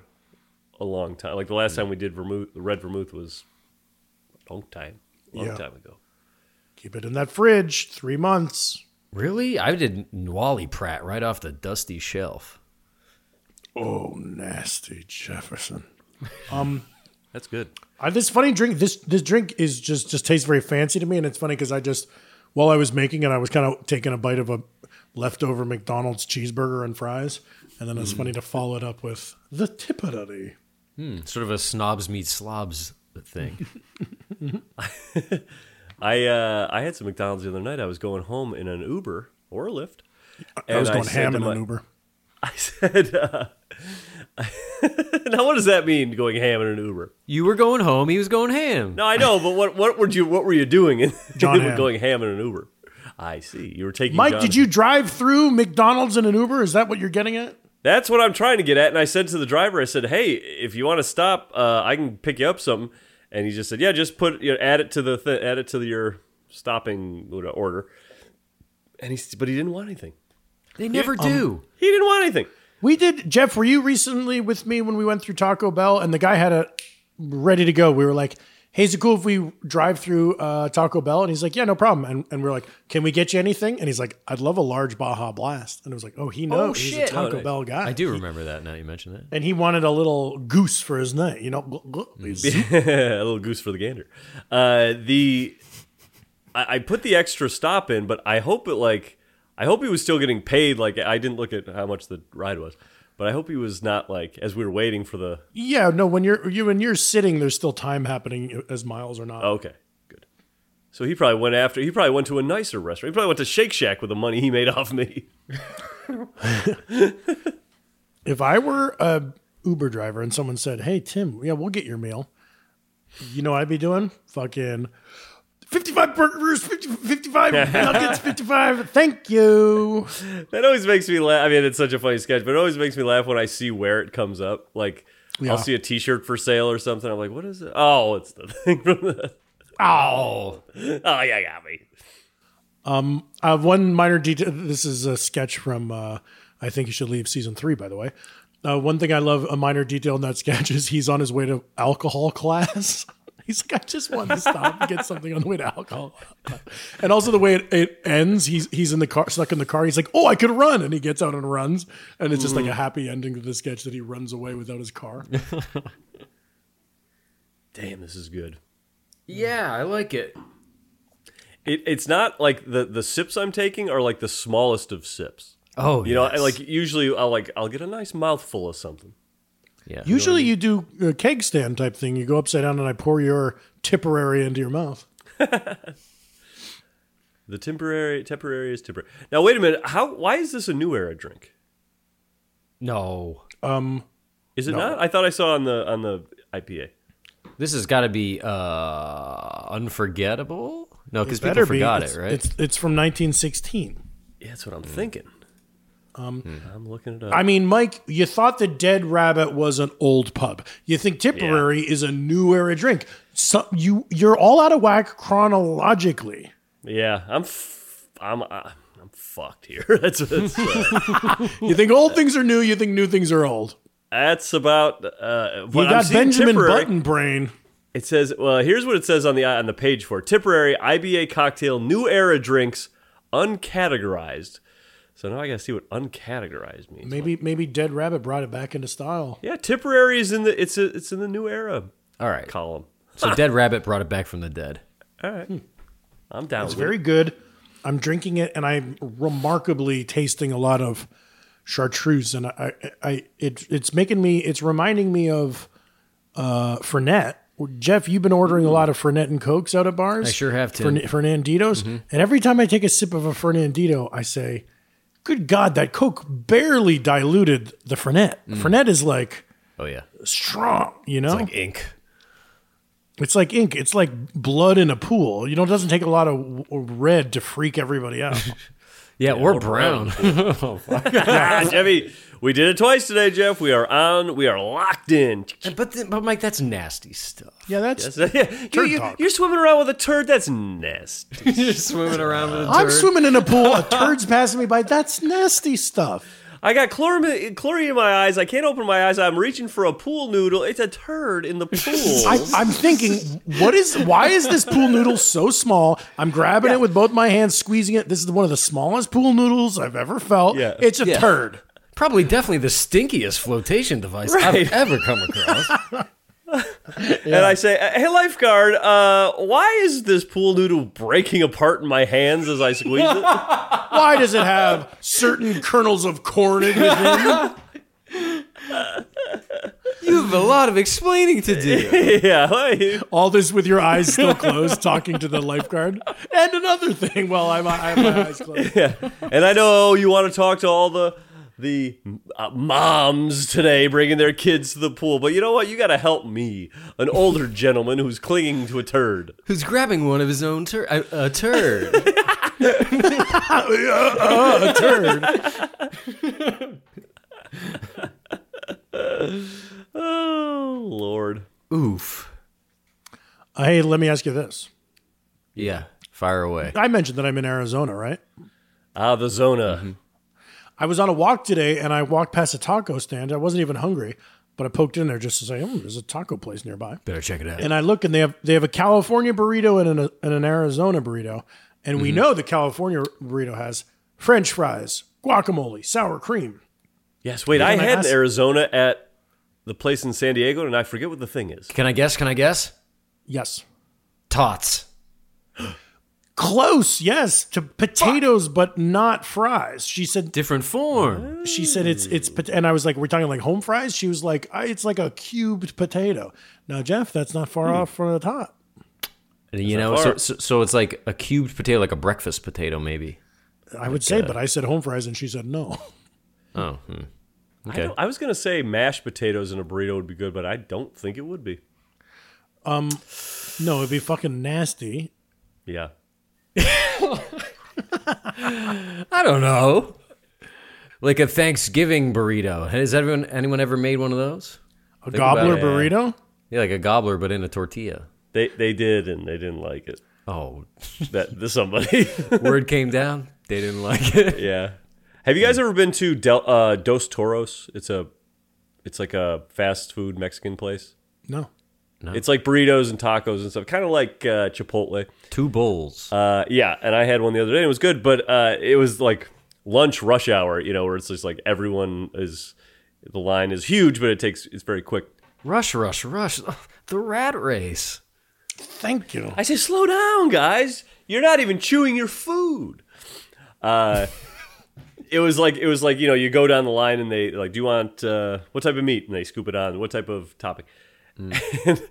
a long time. Like the
Hmm.
last time we did vermouth, red vermouth was a long time, long
Yeah.
time ago.
Keep it in that fridge three months.
really, I did Wally Pratt right off the dusty shelf.
Oh, nasty Jefferson. Um,
That's good.
I, this funny drink. This this drink is just just tastes very fancy to me, and it's funny because I just while I was making it, I was kind of taking a bite of a leftover McDonald's cheeseburger and fries, and then it's
Mm.
funny to follow it up with the tipperary.
Hmm, sort of a snobs meet slobs thing. <laughs>
I uh, I had some McDonald's the other night. I was going home in an Uber or a Lyft.
I was
and
going
said
ham
to
in
my-
an Uber.
<laughs> I said, uh, <laughs> now what does that mean going ham in an Uber?
you were going home. He was going ham.
No, I know, but what what were you what were you doing in <laughs>
John
in
Ham.
going ham in an Uber? I see. You were taking
Mike,
John-
did you drive through McDonald's in an Uber? Is that what you're getting at?
That's what I'm trying to get at. And I said to the driver, I said, "Hey, if you want to stop, uh, I can pick you up something." And he just said, "Yeah, just put you know, add it to the th- add it to your stopping order." And he, s- but he didn't want anything.
They never
Um,
do.
He didn't want anything.
We did. Jeff, were you recently with me when we went through Taco Bell and the guy had a ready to go? We were like, hey, is it cool if we drive through uh, Taco Bell? And he's like, yeah, no problem. And, and we're like, can we get you anything? And he's like, I'd love a large Baja Blast. And it was like, oh, he knows. he's a Taco Bell guy.
I do remember that now <laughs> you mention that.
And he wanted a little goose for his night, you know? Glug, glug, please.
<laughs>
Mm.
a little goose for the gander. Uh, the I, I put the extra stop in, but I hope it like I hope he was still getting paid. Like I didn't look at how much the ride was, but I hope he was not like as we were waiting for the.
<laughs> Yeah, no, when you're you when you're sitting, there's still time happening as miles or not.
Oh, okay, good. So he probably went after. He probably went to a nicer restaurant. He probably went to Shake Shack with the money he made <laughs> off me.
If I were a Uber driver and someone said, "Hey Tim, yeah, we'll get your meal," you know, what I'd be doing fucking fifty-five burgers, 50, fifty-five nuggets, fifty-five. Thank you.
That always makes me laugh. I mean, it's such a funny sketch, but it always makes me laugh when I see where it comes up. Like
Yeah.
I'll see a T-shirt for sale or something. I'm like, what is it? Oh, it's the thing from the.
Oh.
<laughs> oh yeah, got me.
Um, I have one minor detail. This is a sketch from uh, I think you should leave season three. By the way, uh, one thing I love a minor detail in that sketch is he's on his way to alcohol class. <laughs> he's like, I just wanted to stop and get something on the way to alcohol, and also the way it, it ends. He's he's in the car, stuck in the car. He's like, oh, I could run, and he gets out and runs, and it's just like
Mhm.
a happy ending to the sketch that he runs away without his car.
Damn, this is good.
Yeah, I like it.
It, it's not like the the sips I'm taking are like the smallest of sips.
Oh,
you know, I,
yes.
like usually I'll like I'll get a nice mouthful of something.
Yeah.
Usually you do a keg stand type thing. You go upside down and I pour your Tipperary into your mouth.
The temporary temporary is temporary. Now wait a minute. How why is this a new era drink?
No.
Um,
Is it
No.
not? I thought I saw on the on the IPA.
This has got to be uh, unforgettable. No, because
It
people
better be.
forgot
It's-
it, right?
It's it's from 1916.
Yeah, that's what I'm thinking.
Um,
I'm looking it up.
I mean, Mike, you thought the Dead Rabbit was an old pub. You think Tipperary is a new era drink. So you you're all out of whack chronologically.
yeah, I'm f- I'm uh, I'm fucked here. <laughs> that's that's, uh,
You think old things are new. You think new things are old.
that's about. Uh,
You
what I'm
got
seeing
Benjamin
temporary-
Button brain.
It says, well, here's what it says on the uh, on the page for it. Tipperary IBA cocktail, new era drinks, uncategorized. So now I gotta see what uncategorized means.
Maybe maybe Dead Rabbit brought it back into style.
Yeah, Tipperary is in the it's a, it's in the new era.
All right.
Column.
<laughs> So Dead Rabbit brought it back from the dead.
All right, I'm down.
It's
with
very
it.
good. I'm drinking it and I'm remarkably tasting a lot of chartreuse, and I, I, I it, it's making me, it's reminding me of uh, Fernet. Jeff, you've been ordering a lot of Fernet and Cokes out at bars.
Mm. I sure have, Tim. Mm-hmm.
Fern- Fernanditos, and every time I take a sip of a Fernandito, I say, "Good God, that Coke barely diluted the Fernet. Fernet is like
Oh yeah,
strong, you know."
Mm. it's
<laughs>
like ink.
It's like ink. It's like blood in a pool. You know, it doesn't take a lot of w- red to freak everybody
<laughs>
out.
Yeah, or, brown. Oh, fuck.
Ah, Jeffy, we did it twice today, Jeff. We are on. We are locked in.
<laughs> but th- but Mike, that's nasty stuff.
yeah,
<laughs>
that's.
you,
Turd talk.
are swimming around with a turd. That's nasty.
<laughs> You're swimming around with a
<laughs> I'm
turd.
swimming in a pool. A turd's passing me by. That's nasty stuff.
I got chlorine, chlorine in my eyes. I can't open my eyes. I'm reaching for a pool noodle. It's a turd
<laughs>
in the pool.
I, I'm thinking, what is? Why is this pool noodle so small? I'm grabbing it with both my hands, squeezing it. This is one of the smallest pool noodles I've ever felt.
Yeah.
It's a
Yeah.
turd.
Probably, definitely the stinkiest flotation device I've
Right.
ever come across.
And I say, "Hey, lifeguard, uh, why is this pool noodle breaking apart in my hands as I squeeze
<laughs>
it?"
Why does it have certain kernels of corn in it?
<laughs> you have a lot of explaining to do.
yeah, <laughs> like-
All this with your eyes still closed, talking to the lifeguard. And another thing, while I'm, I have my eyes closed.
<laughs> and I know you want to talk to all the the uh, moms today bringing their kids to the pool, but you know what? You got to help me, an older gentleman who's clinging to a turd.
<laughs> Who's grabbing one of his own tur- a, a <laughs> turd?
Oh Lord!
Oof.
Hey, let me ask you this.
Yeah, fire away.
I mentioned that I'm in Arizona, right?
Ah, the zona.
Mm-hmm. I was on a walk today and I walked past a taco stand. I wasn't even hungry, but I poked in there just to say, oh, there's a taco place nearby.
Better check it out.
And I look and they have they have a California burrito and an, and an Arizona burrito. And we know the California burrito has French fries, guacamole, sour cream.
Yes. Wait, I
Can I
had
ask-
an Arizona at the place in San Diego, and I forget what the thing is.
Can I guess? Can I guess?
Yes.
Tots.
Close, yes, to potatoes, but not fries. She said
Different form.
She said it's it's pot- and I was like, we're talking like home fries. She was like, I, it's like a cubed potato. Now, Jeff, that's not far off from the top.
And, you know, so, so so it's like a cubed potato, like a breakfast potato, maybe.
I would
uh,
say, but I said home fries, and she said no. <laughs>
Oh, hmm.
I, don't- I was gonna say mashed potatoes and a burrito would be good, but I don't think it would be.
No, it'd be fucking nasty.
Yeah.
I don't know. Like a Thanksgiving burrito. Has everyone anyone ever made one of those?
A
Think about
gobbler
it.
burrito.
Yeah, like a gobbler, but in a tortilla.
They they did, and they didn't like
<laughs>
it.
Oh, <laughs>
That the somebody. <laughs>
word came down. They didn't like it. <laughs>
yeah. Have you guys ever been to Del, uh, Dos Toros? It's a, it's like a fast food Mexican place.
No,
It's like burritos and tacos and stuff, kind of like uh, Chipotle.
Two bowls.
Uh, yeah, and I had one the other day. and It was good, but uh, it was like lunch rush hour, you know, where it's just like everyone is the line is huge, but it takes it's very quick.
rush, rush, rush. The rat race. <laughs>
thank you.
I say, slow down, guys. You're not even chewing your food. Uh, <laughs> it was like it was like you know you go down the line and they like, do you want uh, what type of meat? And they scoop it on. What type of topping? And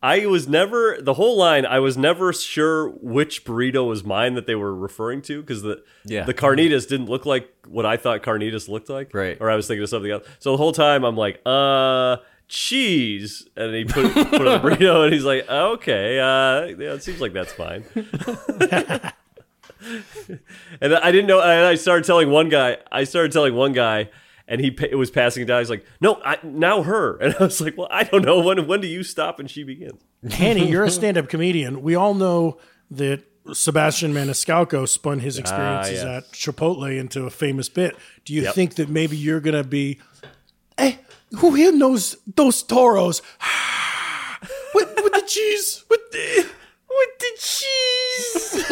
I was never the whole line. I was never sure which burrito was mine that they were referring to because the
Yeah.
the carnitas didn't look like what I thought carnitas looked like.
Right.
Or I was thinking of something else. So the whole time I'm like, uh, cheese. And he put, put on the burrito and he's like, okay, uh, yeah, it seems like that's fine. <laughs> and I didn't know. And I started telling one guy, I started telling one guy, and he pa- was passing it down. He's like, no, I, now her. <laughs> And I was like, well, I don't know. When, when do you stop and she begins?
Hanny, you're a stand-up comedian. We all know that Sebastian Maniscalco spun
Ah,
his experiences
yes.
at Chipotle into a famous bit. Do you think that maybe you're gonna be? Hey, who here knows those toros? <sighs> with, with the cheese, with the with the cheese.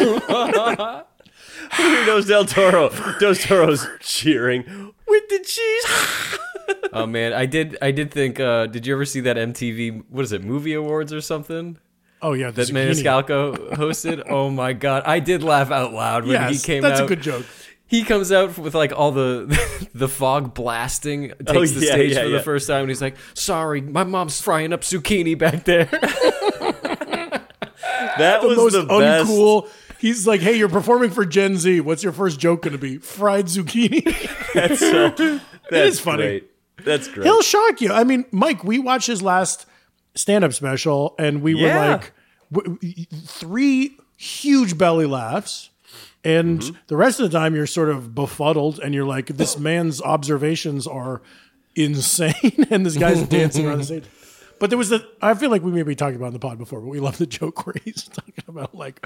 Here knows Del
<laughs>
Toro. Del Toro's cheering with the cheese.
oh man, I did. I did think. Uh, did you ever see that MTV? What is it? Movie awards or something?
Oh yeah, the
That
zucchini. <laughs>
Maniscalco hosted. Oh my god, I did laugh out loud when
Yes,
he came
that's
out.
a good joke.
he comes out with like all the <laughs> the fog blasting, takes
Oh,
the
yeah,
stage
yeah,
for
yeah.
the first time, and he's like, "Sorry, my mom's frying up zucchini back
<laughs>
there."
That
the
was
most
the best.
uncool. He's like, hey, you're performing for Gen Z. What's your first joke going to be? Fried zucchini.
<laughs>
<laughs>
That's so. That's
is funny.
Great. That's great.
He'll shock you. I mean, Mike, we watched his last stand-up special, and we
Yeah.
were like w- w- three huge belly laughs. And
Mm-hmm.
the rest of the time, you're sort of befuddled, and you're like, "This man's observations are insane," <laughs> and this guy's dancing around
<laughs>
the stage. But there was the I feel like we maybe talked about it in the pod before, but we love the joke where he's <laughs> talking about like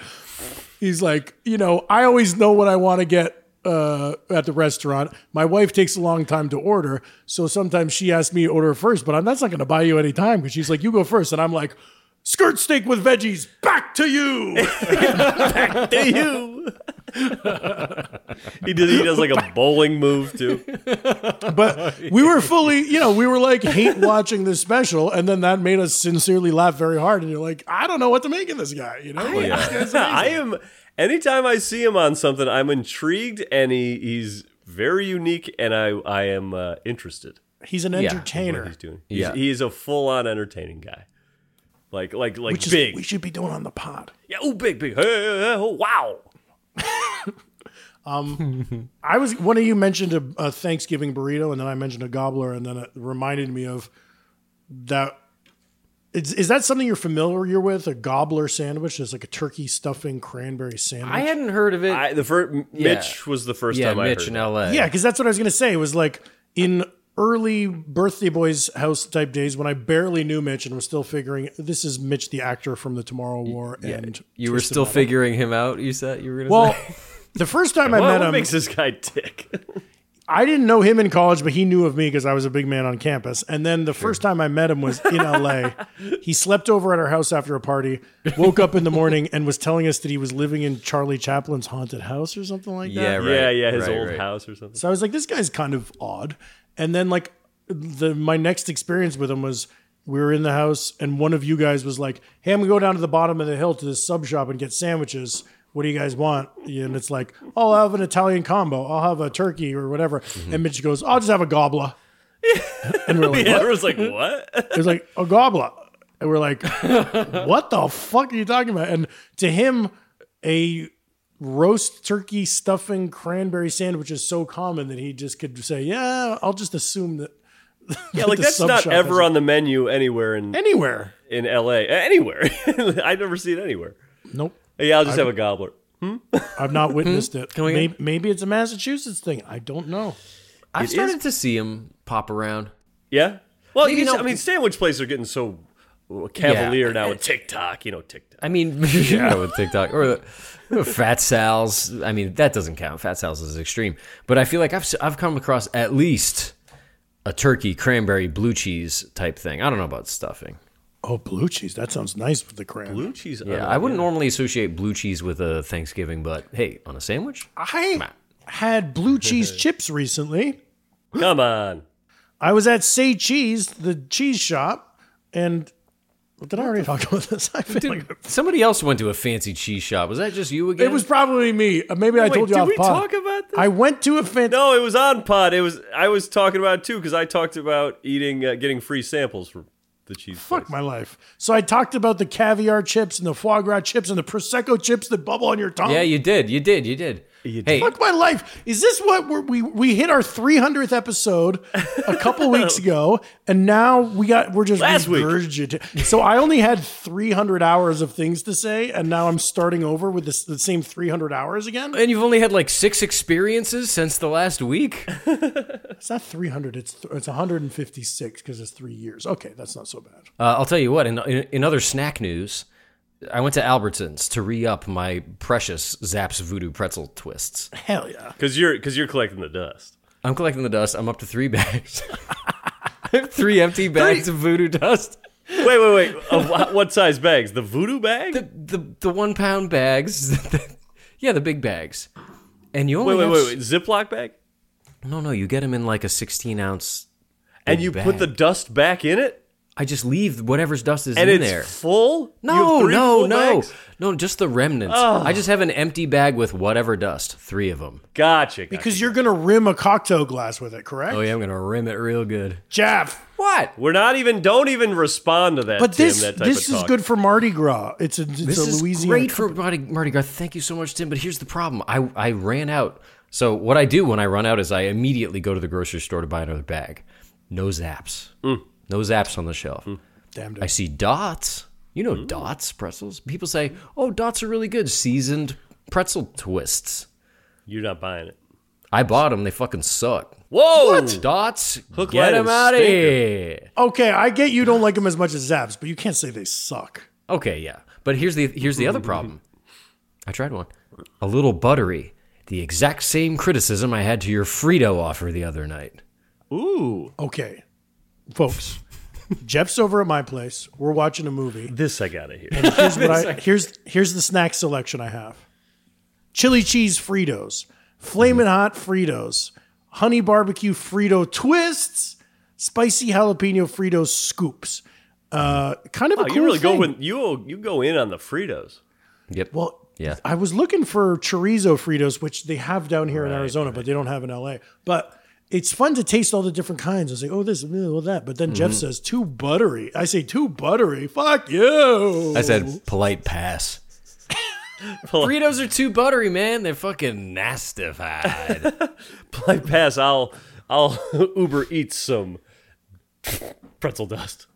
he's like, you know, I always know what I want to get uh, at the restaurant. My wife takes a long time to order, so sometimes she asks me to order first, but I'm that's not going to buy you any time because she's like, you go first, and I'm like, skirt steak with veggies, back to <laughs> you.
back to you. he does. He does like
<laughs>
a bowling move too.
but we were fully, you know, we were like hate watching this special, and then that made us sincerely laugh very hard. And you're like, I don't know what to make of this guy, you know? Like,
<laughs>
this guy's amazing.
I am. Anytime I see him on something, I'm intrigued, and he, he's very unique, and I I am uh, interested.
He's an
Yeah.
in
entertainer,
What he's doing.
Yeah.
He's, he is a full on entertaining guy. Like like like
which is
big.
we should be doing on the pod.
yeah. Oh, big big. Hey, hey, hey, oh, wow.
I was one of you mentioned a, a Thanksgiving burrito, and then I mentioned a gobbler, and then it reminded me of that. Is, is that something you're familiar with? A gobbler sandwich is like a turkey stuffing cranberry sandwich.
I hadn't heard of
<laughs>
it.
I, the first
Yeah.
Mitch was the first
yeah,
time I
Mitch
heard.
in
it.
L.A.
yeah, because that's what I was gonna say. It was like in early birthday boys house type days when I barely knew Mitch and was still figuring this is Mitch the actor from the Tomorrow War and
you were
Twist of
still
Metal.
figuring him out. You said you were gonna.
Well, <laughs>
say?
the first time I
Well,
met
what
him,
makes this guy tick? <laughs>
I didn't know him in college, but he knew of me because I was a big man on campus. And then the first time I met him was in LA. He slept over at our house after a party, woke up in the morning, and was telling us that he was living in Charlie Chaplin's haunted house or something like that.
yeah, right,
yeah, yeah, his
right,
old
right.
house or something.
So I was like, this guy's kind of odd. And then like the my next experience with him was we were in the house and one of you guys was like, Hey, I'm gonna go down to the bottom of the hill to this sub shop and get sandwiches. What do you guys want? And it's like, oh, I'll have an Italian combo. I'll have a turkey or whatever. And Mitch goes, I'll just have a gobbler. and we're like,
Yeah,
<laughs> what?
I was like, what? <laughs>
It was like a gobbler. And we're like, what the fuck are you talking about? And to him, a roast turkey stuffing cranberry sandwich is so common that he just could say, yeah, I'll just assume <laughs> that.
yeah, like
the
that's
sub
not
shop
ever
has-
on the menu anywhere in
Anywhere.
in L.A. Anywhere. <laughs> I've never seen it anywhere.
Nope.
Yeah, I'll just have a gobbler.
I've
Hmm?
not witnessed it.
we-
Maybe, maybe it's a Massachusetts thing. I don't know.
I've started to see him pop around.
Yeah. Well,
Maybe
you know,
not-
I mean, sandwich places are getting so uh, cavalier now with TikTok. You know, TikTok.
I mean, <laughs> you know, with TikTok or the, Fat Sal's. I mean, that doesn't count. Fat Sal's is extreme, but I feel like I've s- I've come across at least a turkey cranberry blue cheese type thing. I don't know about stuffing.
Oh, blue cheese. That sounds nice with the cran.
Blue cheese.
Yeah,
on
I
it.
wouldn't normally associate blue cheese with a Thanksgiving, but hey, on a sandwich,
I
<laughs>
had blue cheese chips recently.
Come on.
I was at Say Cheese, the cheese shop, and did I already talk about this? <laughs> I feel like
somebody else went to a fancy cheese shop. Was that just you again?
It was probably me. Uh, Maybe I
Wait,
told you
did
off
we
pod.
talk about this?
I went to a fancy.
No, it was on pod. It was. I was talking about it too because I talked about eating, uh, getting free samples from the cheese.
Fuck my life. So I talked about the caviar chips and the foie gras chips and the prosecco chips that bubble on your tongue.
Yeah, you did. You did. You did. hey,
Fuck my life. Is this what we're, we we hit our 300th episode a couple weeks ago, and now we got we're just
Last week.
regurgita- So I only had 300 hours of things to say, and now I'm starting over with this, the same 300 hours again.
and you've only had like six experiences since the last week.
It's not 300. It's th- it's 156 because it's three years. Okay, that's not so bad.
Uh, I'll tell you what. In, in in other snack news, I went to Albertsons to re up my precious Zaps Voodoo pretzel twists.
Hell yeah.
Because you're because you're collecting the dust.
I'm collecting the dust. I'm up to three <laughs> bags. I have three empty bags of voodoo dust.
Wait, wait, wait. Of wha- what size bags? The voodoo bag?
The the, the one pound bags. <laughs> yeah, the big bags. And you only
wait, wait,
have
wait,
s-
wait. Ziploc bag?
No, no, you get them in like a 16 ounce.
And
big
you put the
bag.
dust back in it?
I just leave whatever's dust is
and
in
it's
there.
full. You have
No,
three
no,
full
no,
bags?
no. Just the remnants.
Ugh.
I just have an empty bag with whatever dust. Three of them.
Gotcha. gotcha.
Because you're going to rim a cocktail glass with it, correct?
Oh yeah, I'm gonna rim it real good.
Jeff.
What?
We're not even. Don't even respond to that.
But
Tim,
this
that type
this
of
is
talk.
good for Mardi Gras. It's a, it's
This
a
is
Louisiana.
great for Mardi, Mardi Gras. Thank you so much, Tim. But here's the problem. I I ran out. So what I do when I run out is I immediately go to the grocery store to buy another bag. No zaps.
Mm.
No zaps on the shelf.
Damn
I see dots. You
Mm.
know dots pretzels. People say, "Oh, dots are really good seasoned pretzel twists."
You're not buying it.
I bought them. They fucking suck.
Whoa!
Dots.
Hook,
Get
line,
them
and
out of
sinker.
here.
Okay, I get you don't like them as much as Zaps, but you can't say they suck.
Okay, yeah. But here's the here's the other problem. I tried one. A little buttery. The exact same criticism I had to your Frito offer the other night.
Ooh,
Okay,
<laughs>
folks. Jeff's over at my place. We're watching a movie.
this I gotta hear. <laughs> Oh,
Here's what I here's here's the snack selection I have: chili cheese Fritos, flamin' hot Fritos, honey barbecue Frito twists, spicy jalapeno Frito scoops. Uh, kind of
Wow,
a cool
you really
thing.
go in. You you go in on the Fritos. <laughs>
Yep.
Well,
Yeah.
I was looking for chorizo Fritos, which they have down here in Arizona, but they don't have in LA. But it's fun to taste all the different kinds. I was like, oh, this, oh, that. But then Jeff
Mm-hmm.
says, too buttery. I say, too buttery. Fuck you.
I said polite pass. Fritos are too buttery, man. They're fucking nastified.
I pass. I'll I'll <laughs> Uber eat some <laughs> pretzel dust.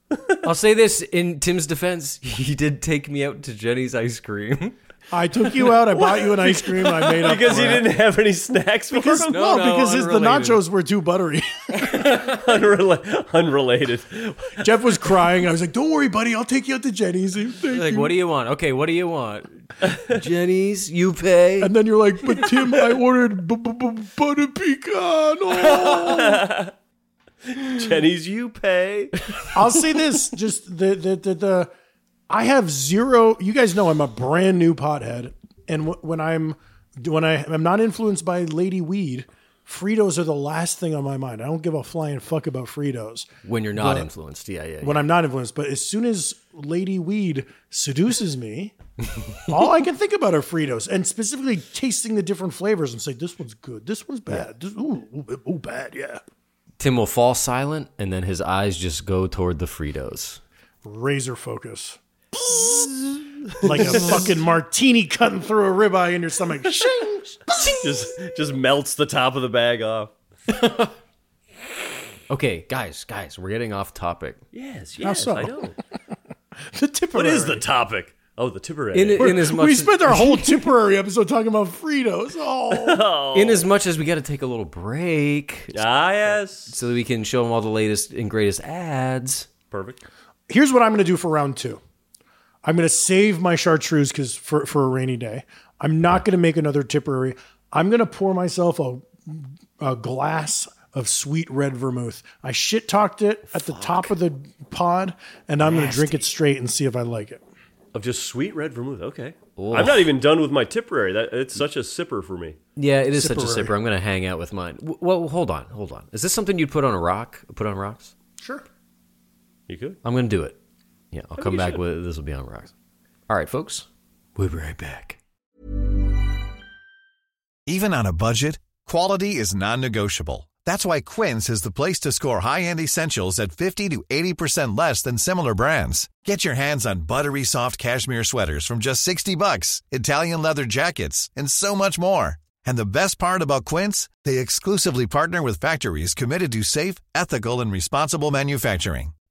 I'll say this in Tim's defense. He did take me out to Jenny's ice cream. <laughs>
I took you out. I bought you an ice cream. I made up
Because
for
you
it.
didn't have any snacks for
Because,
him?
<laughs> No,
well,
no,
because his, the
unrelated.
nachos were too buttery. <laughs>
Unrela- unrelated.
Jeff was crying. I was like, don't worry, buddy. I'll take you out to Jenny's. Thank
Like,
you.
what do you want? Okay, what do you want? Jenny's, you pay.
and then you're like,
<laughs>
but Tim, I ordered b- b- b- butter pecan. Oh.
Jenny's, you pay.
I'll say this: just the the the, the I have zero. You guys know I'm a brand new pothead, and w- when I'm when I am not influenced by Lady Weed, Fritos are the last thing on my mind. I don't give a flying fuck about Fritos
When you're not influenced. Yeah, yeah. yeah.
when I'm not influenced. But as soon as Lady Weed seduces me, all I can think about are Fritos, and specifically tasting the different flavors and say, "This one's good. This one's bad. This, ooh, ooh, ooh, bad. Yeah."
Tim will fall silent and then his eyes just go toward the Fritos.
razor focus. like a fucking martini cutting through a ribeye in your stomach. Shing!
just just melts the top of the bag off.
Okay, guys, guys, we're getting off topic.
Yes, yes,
so?
I know.
the Tipperary.
What is the topic? Oh, the Tipperary.
In, in as much
we spent
<laughs>
our whole Tipperary episode talking about Fritos. Oh,
in as much as we got to take a little break
ah, yes.
so that we can show them all the latest and greatest ads.
Perfect.
here's what I'm going to do for round two. I'm going to save my chartreuse because for for a rainy day. I'm not going to make another Tipperary. I'm going to pour myself a a glass of sweet red vermouth. I shit talked it at the top of the pod, and I'm going to drink it straight and see if I like it.
Of just sweet red vermouth. Okay. I'm not even done with my Tipperary. That it's such a sipper for me.
Yeah, it is such a sipper. I'm going to hang out with mine. W- Well, hold on, hold on. Is this something you'd put on a rock? Put on rocks?
Sure.
You could.
I'm going to do it. Yeah, I'll come
you
back
should.
with this. Will be on rocks. All right, folks. We'll be right back.
Even on a budget, quality is non-negotiable. That's why Quince is the place to score high-end essentials at 50 to 80% less than similar brands. Get your hands on buttery soft cashmere sweaters from just 60 bucks, Italian leather jackets, and so much more. And the best part about Quince, they exclusively partner with factories committed to safe, ethical, and responsible manufacturing.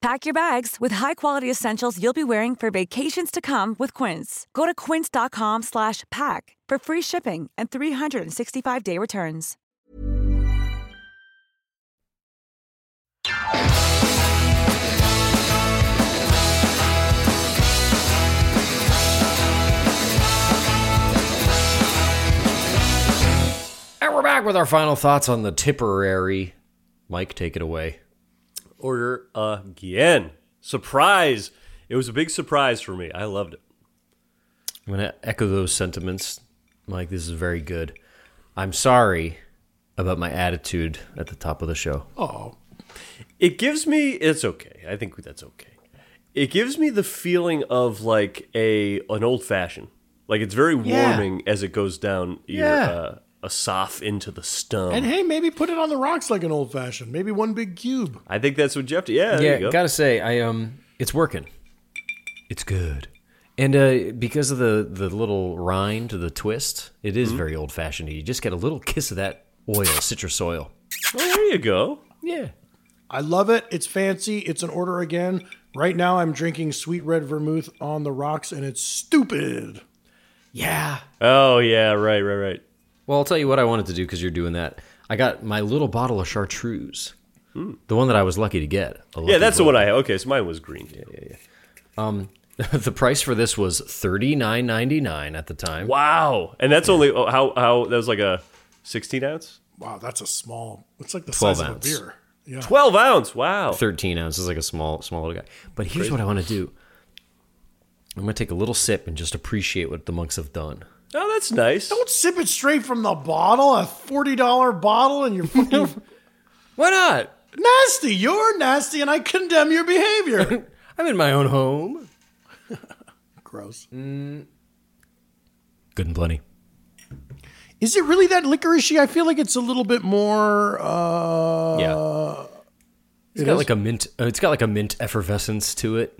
Pack your bags with high-quality essentials you'll be wearing for vacations to come with Quince. Go to quince.com slash pack for free shipping and 365-day returns.
And we're back with our final thoughts on the Tipperary. Mike, take it away.
Order again. Surprise. It was a big surprise for me. I loved it.
I'm going to echo those sentiments. Mike, this is very good. I'm sorry about my attitude at the top of the show.
Oh. It gives me it's okay. I think that's okay. It gives me the feeling of like a an old fashioned. Like it's very
Yeah.
warming as it goes down your
Yeah.
uh, a soft into the stump.
and hey, maybe put it on the rocks like an old fashioned. Maybe one big cube.
I think that's what Jeff did. Yeah, there you go.
gotta say, I um, it's working. It's good, and uh, because of the the little rind, the twist, it is
Mhm.
very old fashioned. You just get a little kiss of that oil, citrus oil.
Oh, there you go.
Yeah.
I love it. It's fancy. It's an order again. Right now, I'm drinking sweet red vermouth on the rocks, and it's stupid.
Yeah.
Oh yeah, right, right, right.
Well, I'll tell you what I wanted to do because you're doing that. I got my little bottle of chartreuse, the one that I was lucky to get.
Hmm. Yeah,
A lucky
that's the
blow.
one I have. Okay, so mine was green. Yeah, yeah, yeah.
Um, <laughs> the price for this was thirty nine ninety nine at the time.
Wow, and that's only oh, how how that was like a sixteen ounce,
Wow, that's a small. It's like the
12
size
ounce.
of a beer. Yeah.
twelve ounce. Wow,
13 ounces, like a small, small little guy. But here's
Crazy.
what I want to do. I'm going to take a little sip and just appreciate what the monks have done.
Oh, that's nice.
Don't sip it straight from the bottle. A forty dollar bottle, and you're fucking. <laughs>
Why not?
Nasty. You're nasty, and I condemn
<laughs>
your behavior.
I'm in my own home.
Gross.
Good and plenty.
Is it really that licoricey? I feel like it's a little bit more. Uh,
Yeah. It's
It
got
is?
like a mint. uh, It's got like a mint effervescence to it.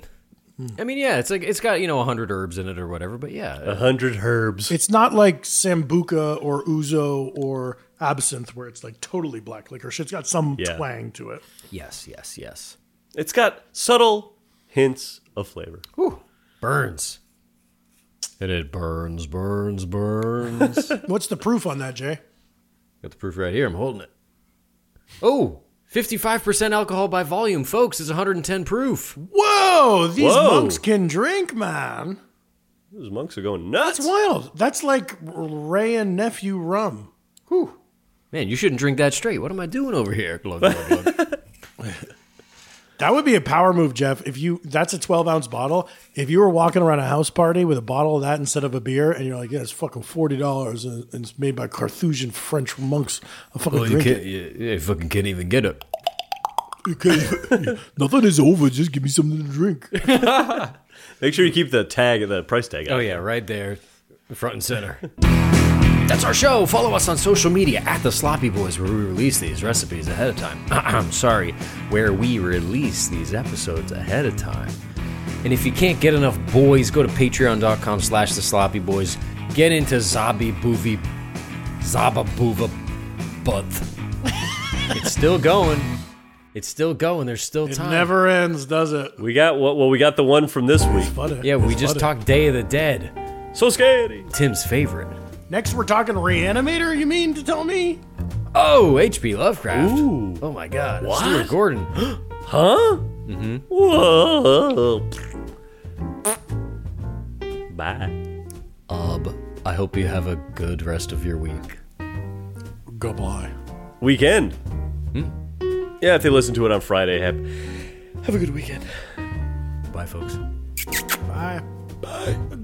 I mean, yeah, it's like it's got you know hundred herbs in it or whatever. But yeah,
a hundred herbs.
It's not like sambuca or uzo or absinthe, where it's like totally black licorice. It's got some
Yeah.
twang to it.
Yes, yes, yes.
It's got subtle hints of flavor.
burns. And it burns, burns, <laughs> burns. got
What's the proof on that, Jay?
the proof right here. I'm holding it. Oh, 55% alcohol by volume, folks, is 110 proof.
Whoa, these
Whoa.
monks can drink, man.
Those monks are going nuts.
That's wild. That's like Ray and nephew rum. Whew.
Man, you shouldn't drink that straight. What am I doing over here? Glug, glug, glug.
That would be a power move, Jeff. If you that's a twelve ounce bottle. If you were walking around a house party with a bottle of that instead of a beer, and you're like, yeah, it's fucking forty dollars, and and it's made by Carthusian French monks. I
<laughs>
fucking
Well, you
drink
can't,
it.
you, you fucking can't even get it.
You can't- <laughs> nothing is over. Just give me something to drink.
Make sure you keep the tag, the price tag.
Oh, yeah, right there, front and center. <laughs> That's our show. Follow us on social media at The Sloppy Boys, where we release these recipes ahead of time. <clears throat> I'm sorry, where we release these episodes ahead of time. And if you can't get enough boys, go to patreon.com slash The Sloppy Boys. Get into Zabi Boovie, Zaba Boova
<laughs>
Buth. it's still going. It's still going. There's still
It
time.
never ends, does it?
We got what? Well, we got the one from this week.
Yeah, we just talked Day of the Dead.
So scary.
Tim's favorite.
Next, we're talking Reanimator. You mean to tell me?
Oh, H.P. Lovecraft. Ooh. Oh my God.
What?
Stuart Gordon. <gasps>
huh?
Mm-hmm.
Whoa. Bye.
Ub. I hope you have a good rest of your week.
Goodbye.
Weekend. Yeah, if they listen to it on Friday, have have a good weekend.
Bye, folks.
Bye. Bye.